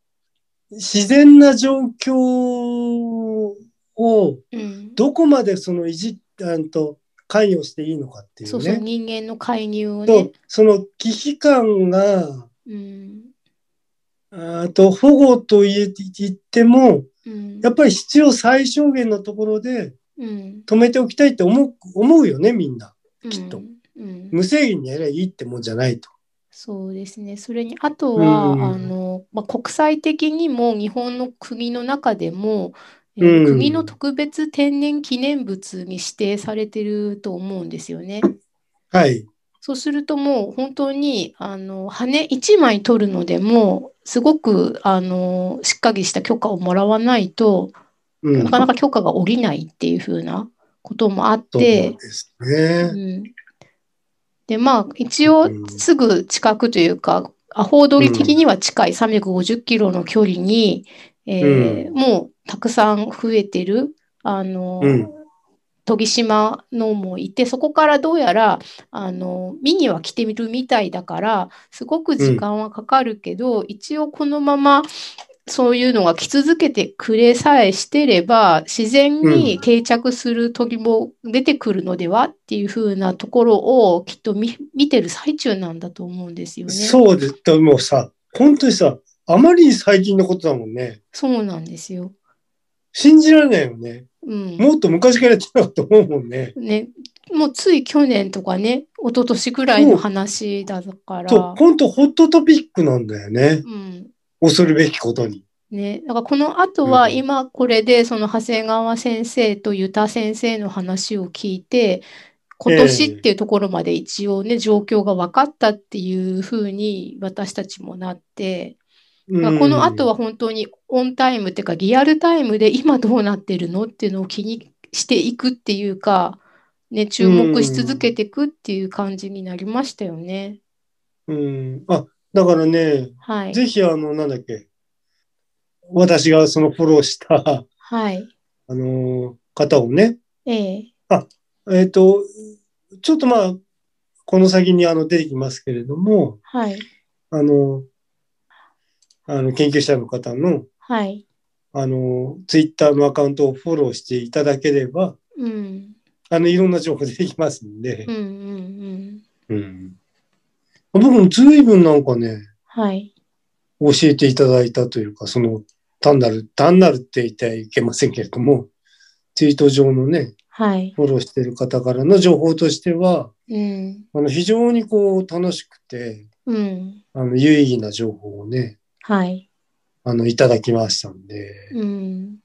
A: 自然な状況を
B: うん。
A: どこまでそのいじあんと関与していいのかっていう
B: そうそう、
A: ね。
B: 人間の介入を
A: と
B: ね。
A: その危機感が、
B: うん。
A: あと保護と言え言っても、
B: うん。
A: やっぱり必要最小限のところで
B: うん。
A: 止めておきたいって思う思うよね、みんな。きっと
B: うん。
A: 無制限にやればいいってもんじゃないと。
B: そうですね。それに、あとは、
A: うん
B: あの、まあ、国際的にも日本の国の中でも、えー
A: うん
B: 国の特別天然記念物に指定されてると思うんですよね。
A: はい。
B: そうするともう本当に、あの、羽1枚取るのでも、すごく、あの、しっかりした許可をもらわないと、
A: うん
B: なかなか許可が下りないっていう風なこともあっ
A: そう
B: て、
A: ですね。
B: うんで、まあ、一応
A: う、ん
B: すぐ近くというか、アホウドリ的には近い350キロの距離に、えーもうたくさん増えてる、あの、
A: うん
B: 研ぎ島のもいて、そこからどうやら、あの、見には来てみるみたいだから、すごく時間はかかるけど、一応このまま、そういうのが来続けてくれさえしてれば、自然に定着する時も出てくるのではっていう風なところをきっと見見てる最中なんだと思うんですよね。
A: そうです。でもさ、本当にさ、あまりに最近のことだもんね。
B: そうなんですよ。
A: 信じられないよね。
B: うん。
A: もっと昔からやってたと思うもんね。
B: ね、もうつい去年とかね、一昨年ぐらいの話だから。
A: そう、本当ホットトピックなんだよね。
B: うん。
A: 恐るべきことに。
B: ね、だからこの後は
A: うん
B: 今これでその長谷川先生とユタ先生の話を聞いて今年っていうところまで一応ね状況が分かったっていうふうに私たちもなってだからこの後は本当にオンタイムっていうかリアルタイムで今どうなってるのっていうのを気にしていくっていうか、ね、注目し続けていくっていう感じになりましたよね。
A: うん。うん。あ、だからね、
B: はい。
A: ぜひあの、なんだっけ。私がそのフォローした、
B: はい。
A: あの方をね、
B: ええ。
A: えっ、と、ちょっとまあ、この先にあの出てきますけれども、
B: はい。
A: あの、あの研究者の方の、
B: はい。
A: あの、ツイッターのアカウントをフォローしていただければ、
B: うん。
A: あの、いろんな情報出てきますんで
B: うんう、んうん。
A: うん。僕も随分なんかね、
B: はい。
A: 教えていただいたというか、その、単なる、単なるって言ってはいけませんけれども、ツイート上のね、
B: はい。
A: フォローしている方からの情報としては、
B: うん。
A: あの非常にこう楽しくて、
B: うん。
A: あの有意義な情報をね、
B: はい。
A: あのいただきましたんで、
B: うん。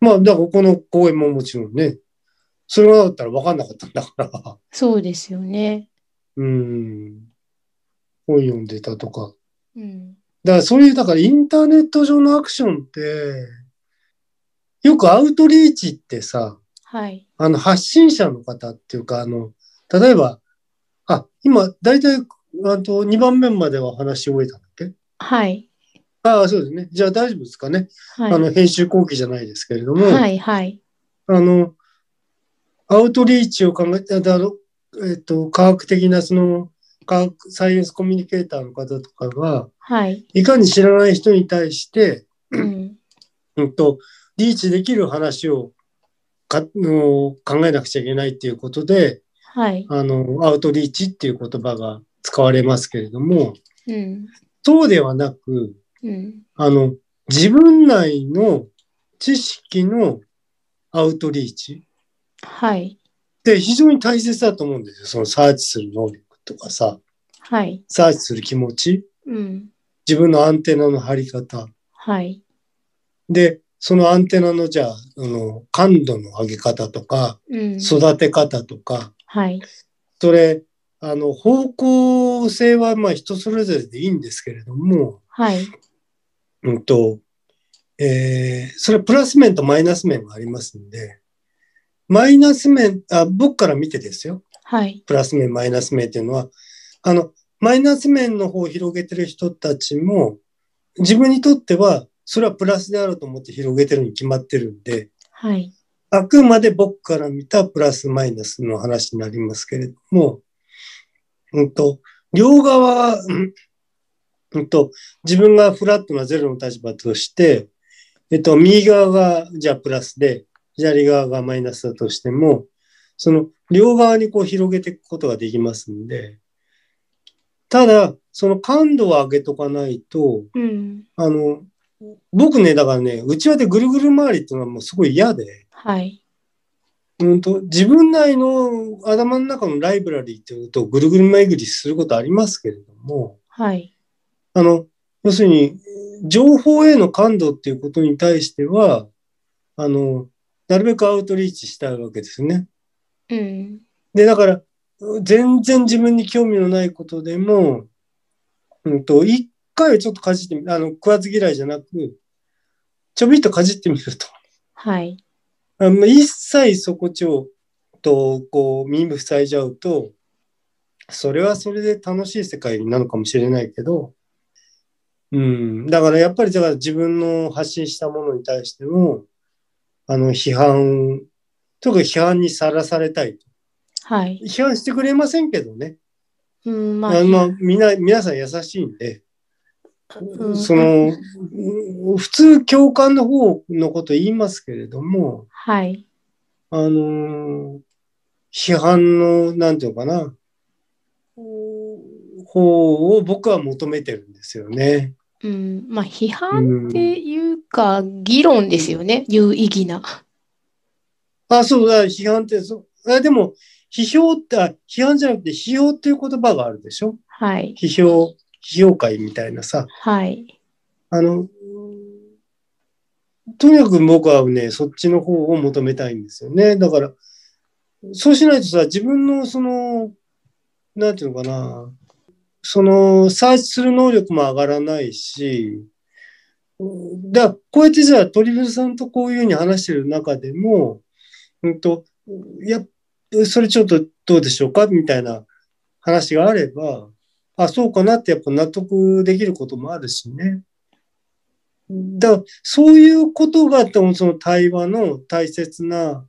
A: まあ、だからこの講演ももちろんね、それがなかったら分かんなかったんだから、
B: そうですよね。
A: うん、本読んでたとか。
B: うん。
A: だからそういう、だからインターネット上のアクションって、よくアウトリーチってさ、
B: はい。
A: あの発信者の方っていうか、あの、例えば、あ、今、大体、あと2番目までは話し終えたんだっけ
B: はい。
A: ああ、そうですね。じゃあ大丈夫ですかね。
B: はい。
A: あの、編集後期じゃないですけれども、
B: はい。はい。
A: あの、アウトリーチを考えて、あの、えっと、科学的な、その、科学、サイエンスコミュニケーターの方とかが、
B: はい。
A: いかに知らない人に対して、
B: うん。
A: うんと、リーチできる話をかの考えなくちゃいけないっていうことで、
B: はい。
A: あの、アウトリーチっていう言葉が使われますけれども、
B: うん。
A: そうではなく、
B: うん。
A: あの、自分内の知識のアウトリーチ
B: はい。
A: って非常に大切だと思うんですよ。そのサーチする能力とかさ、
B: はい。
A: サーチする気持ち、
B: うん。
A: 自分のアンテナの張り方。
B: はい。
A: で、そのアンテナのじゃあ、あの、感度の上げ方とか、
B: うん。
A: 育て方とか、
B: はい。
A: それ、あの、方向性はまあ人それぞれでいいんですけれども、
B: はい。
A: うんと、えーそれはプラス面とマイナス面がありますんで、マイナス面、あ、僕から見てですよ。
B: はい。
A: プラス面、マイナス面っていうのは、あの、マイナス面の方を広げてる人たちも、自分にとっては、それはプラスであると思って広げてるに決まってるんで、
B: はい。
A: あくまで僕から見たプラスマイナスの話になりますけれども、うんと、両側、うんうんと、自分がフラットなゼロの立場として、えっと、右側がじゃあプラスで、左側がマイナスだとしても、その両側にこう広げていくことができますんで、ただ、その感度を上げとかないと、
B: うん。
A: あの、僕ね、だからね、内輪でぐるぐる回りっていうのはもうすごい嫌で、
B: はい。
A: うんと、自分内の頭の中のライブラリーっていうことをぐるぐる巡りすることありますけれども、
B: はい。
A: あの、要するに、情報への感度っていうことに対しては、あの、なるべくアウトリーチしたいわけですよね。
B: うん。
A: で、だから、全然自分に興味のないことでも、うんと、一回ちょっとかじってみる。あの、食わず嫌いじゃなく、ちょびっとかじってみると。
B: はい。
A: あの一切そこちょっとこう耳塞いじゃうとそれはそれで楽しい世界なのかもしれないけど、うん、だからやっぱりだから自分の発信したものに対しても、あの、批判、とにかく批判にさらされたい。
B: はい。
A: 批判してくれませんけどね。
B: うん、ま
A: あ
B: あ、
A: まあ、みんな、皆さん優しいんで、
B: うん
A: その、うん普通共感の方のこと言いますけれども、
B: はい。
A: あのー批判の、なんていうのかな、うん方を僕は求めてるんですよね。
B: うん、まあ、批
A: う
B: 判
A: ん
B: っていうか、議論ですよね。有意義な。
A: あ、そうだ、批判ってそう、あでも、批評って、あ批判じゃなくて、批評っていう言葉があるでしょ
B: はい。
A: 批評、批評会みたいなさ。
B: はい。
A: あの、うんとにかく僕はね、そっちの方を求めたいんですよね。だから、そうしないとさ、自分のその、なんていうのかな、その、サーチする能力も上がらないし、うんだからこうやってじゃあ、トリビルさんとこういうふうに話してる中でも、うんと、いや、それちょっとどうでしょうかみたいな話があれば、あ、そうかなってやっぱ納得できることもあるしね。だからそういうことがでもその対話の大切な、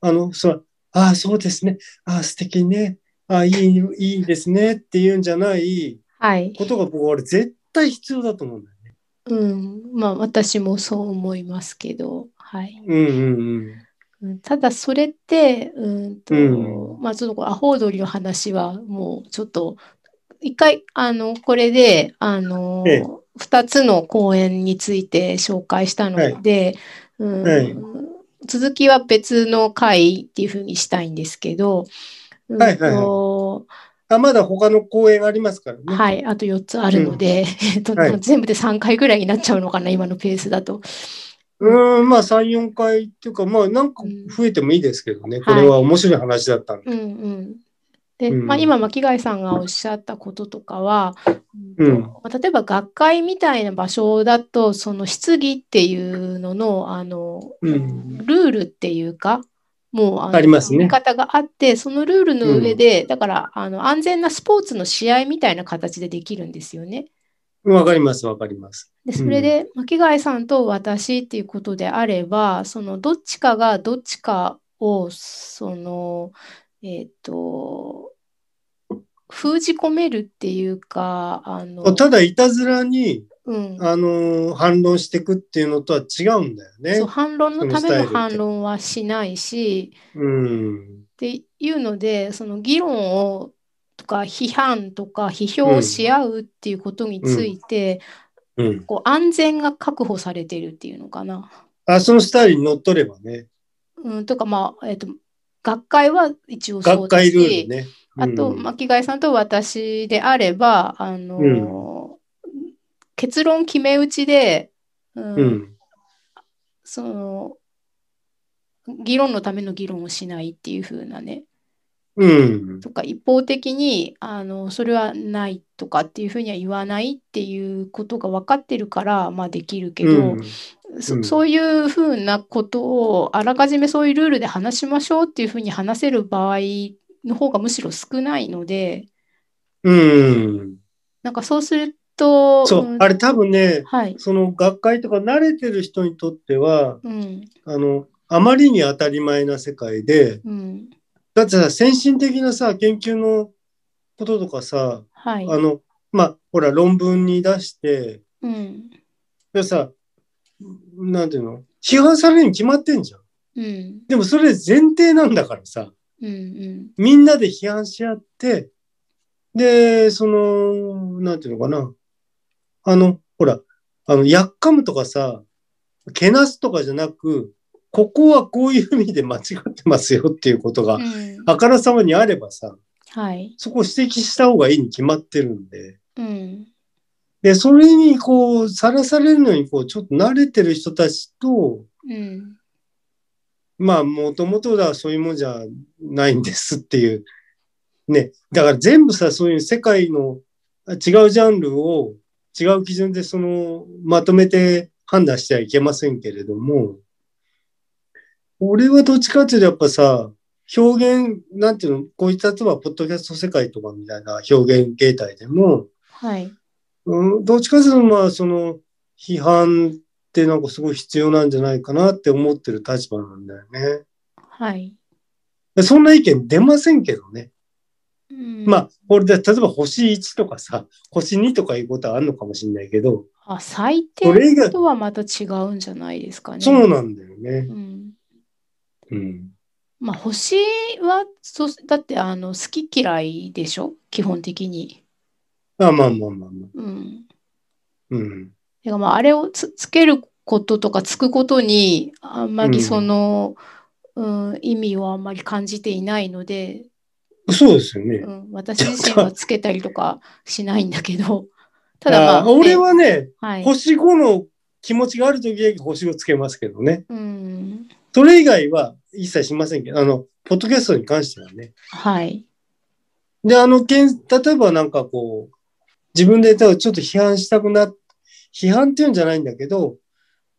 A: あの、そう、ああ、そうですね。ああ、素敵ね。ああ、いい、いいですね。っていうんじゃない
B: はい。
A: ことが僕は俺絶対必要だと思うんだよね。
B: うん、まあ、私もそう思いますけど。はい。
A: うんうんうん。
B: うんただ、それって、うんと、
A: う
B: まあ、ちょっとこれ、アホウドリの話は、もう、ちょっと、一回、あの、これで、あの
A: ええ、
B: 二つの公演について紹介したので、うん
A: はい
B: 続きは別の回っていうふうにしたいんですけど、うん
A: はいはいはい
B: と
A: あ、まだ他の公演がありますからね。
B: はい、あと4つあるので、え っと
A: はい
B: 全部で3回ぐらいになっちゃうのかな、今のペースだと。
A: うーん、まあ3、4回っていうか、まあなんか増えてもいいですけどね。これは面白い話だったんで。
B: うんうん。で、
A: うん
B: まあ、今、巻貝さんがおっしゃったこととかは、
A: うん
B: まあ例えば学会みたいな場所だと、その質疑っていうのの、あの、
A: うん。
B: ルールっていうか、もうあの
A: ありますね
B: やり方があって、そのルールの上で、だからあの安全なスポーツの試合みたいな形でできるんですよね。
A: わかります、わかります。
B: で、
A: ん
B: それで、巻貝さんと私っていうことであれば、そのどっちかがどっちかを、その、えっと、封じ込めるっていうか、あの、
A: ただ、いたずらに、
B: うん、
A: あの、反論していくっていうのとは違うんだよね。
B: そう、反論の
A: そ
B: ため
A: のスタイル
B: の
A: って
B: 反論はしないし、
A: うん。
B: っていうので、その議論をとか批判とか批評をし合うっていうことについて、
A: うん。
B: こう安全が確保されてるっていうのかな。
A: あ、そのスタイルに乗っ取ればね。
B: うん、とか、まあ、えっと、学会は一応そ
A: 学
B: うだ
A: 会
B: し、
A: ルールね。
B: あと、
A: うん
B: 巻貝さんと私であれば、あの結論決め打ちで、うん
A: うん。
B: その、議論のための議論をしないっていう風なね、
A: うん。
B: とか、一方的に、あの、それはないとかっていう風には言わないっていうことが分かってるから、まあできるけ
A: う
B: ど、
A: ん。う
B: そ
A: ん
B: そういうふうなことをあらかじめそういうルールで話しましょうっていうふうに話せる場合の方がむしろ少ないので
A: うん。
B: なんかそうすると
A: そう。
B: ん
A: あれ多分ね、
B: はい、
A: その学会とか慣れてる人にとっては、
B: うん
A: あの、あまりに当たり前な世界で、
B: うん
A: だってさ、先進的なさ、研究のこととかさ、
B: はい
A: あの、まあ、ほら、論文に出して、
B: うん
A: でさ、なんていうの批判されるに決まってんじゃん。
B: うん
A: でもそれ前提なんだからさ。
B: うんうん
A: みんなで批判し合って、で、その、なんていうのかな。あの、ほら、あの、やっかむとかさ、けなすとかじゃなく、ここはこういう意味で間違ってますよっていうことが
B: う、ん
A: あからさまにあればさ、
B: はい
A: そこを指摘した方がいいに決まってるんで。
B: うん
A: で、それにこう、さらされるのにこう、ちょっと慣れてる人たちと、
B: うん
A: まあ、もともとだ、そういうもんじゃないんですっていう。ね。だから全部さ、そういう世界のあ違うジャンルを違う基準でその、まとめて判断してはいけませんけれども、俺はどっちかっていうとやっぱさ、表現、なんていうの、こういった例えば、ポッドキャスト世界とかみたいな表現形態でも、
B: はい。
A: うん、どっちかというと、まあ、その、批判ってなんかすごい必要なんじゃないかなって思ってる立場なんだよね。
B: はい。
A: でそんな意見出ませんけどね。
B: うん
A: まあ、これで、例えば星1とかさ、星2とかいうことはあるのかもしれないけど、
B: あ、採
A: それ以
B: 点
A: 外
B: とはまた違うんじゃないですかね。
A: そうなんだよね。
B: うん
A: うん。
B: まあ、星はそう、だってあの好き嫌いでしょ、基本的に。
A: あまあまあまあまあ。
B: うん。
A: うん。
B: てかまあ、あれをつ、つけることとかつくことに、あんまりその、うん、意味をあんまり感じていないので、
A: そうですよね。
B: うん、私自身はつけたりとかしないんだけ ど、ただま
A: あ
B: あ、
A: ー俺
B: ね、
A: はね、
B: はい。
A: 星5の気持ちがあるときだけ星をつけますけどね。
B: うん。
A: それ以外は一切しませんけど、あの、ポッドキャストに関してはね。
B: はい。
A: で、あの、けん例えばなんかこう、自分でちょっと批判したくな、批判っていうんじゃないんだけど、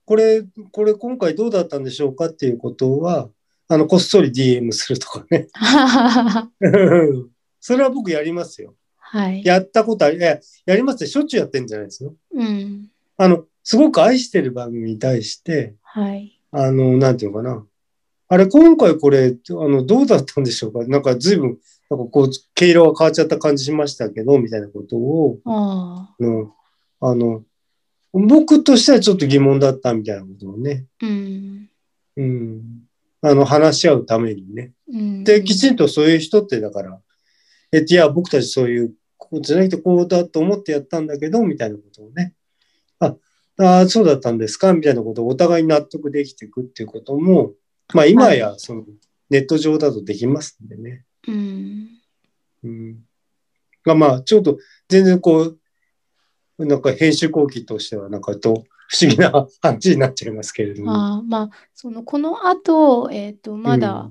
A: これ、これ今回どうだったんでしょうかっていうことは、あの、こっそり DM するとかね。 それは僕やりますよ。
B: はい。
A: やったことあり、いややりますってしょっちゅうやってんじゃないですよ。
B: うん。
A: あの、すごく愛してる番組に対して、
B: はい。
A: あの、なんていうのかな。あれ、今回これ、あの、どうだったんでしょうかなんか随分、なんかこう、毛色が変わっちゃった感じしましたけど、みたいなことを、
B: ああ。
A: あの、あの僕としてはちょっと疑問だったみたいなことをね、
B: うん。
A: うん。あの、話し合うためにね。
B: うん
A: で、きちんとそういう人って、だから、えっと、いや、僕たちそういうことじゃなくて、こうだと思ってやったんだけど、みたいなことをね。あ、あーそうだったんですかみたいなことをお互い納得できていくっていうことも、まあ、今や、その、ネット上だとできますんでね。
B: うん。
A: うん。が、まあ、ちょっと、全然こう、なんか編集後期としては、なんかと、不思議な話になっちゃいますけれども。
B: ああ、まあ、その、この後、えっと、まだ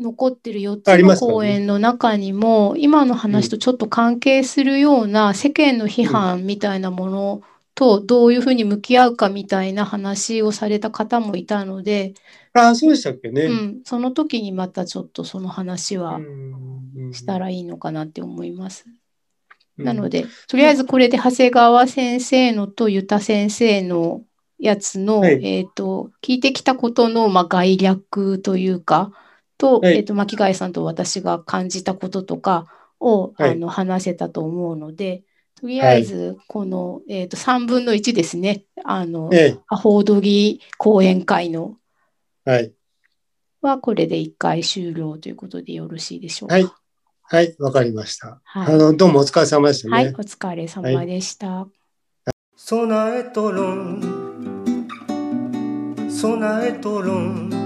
B: 残ってる4
A: あ
B: つ
A: り
B: の
A: ますからね
B: 公演の中にも、今の話とちょっと関係するような世間の批判みたいなものとどういうふうに向き合うかみたいな話をされた方もいたので、
A: ああ、そうでしたっけね。
B: うん、その時にまたちょっとその話は
A: うん
B: したらいいのかなって思います。
A: うん
B: なので、とりあえずこれで長谷川先生のとユタ先生のやつの、
A: はい
B: えっ、と、聞いてきたことの、まあ、概略というか、と、
A: はい
B: えっ、と、巻貝さんと私が感じたこととかを、
A: はい
B: あの、話せたと思うので、とりあえず、この、えっ、と、3分の1ですね。あの、
A: え
B: アホードギ講演会の
A: え、はい。
B: は、これで1回終了ということでよろしいでしょうか。
A: はいはい、わかりました。
B: はい
A: あの、どうもお疲れ様でしたね。
B: はい、お疲れ様でした。
C: 備えとろん備えとろん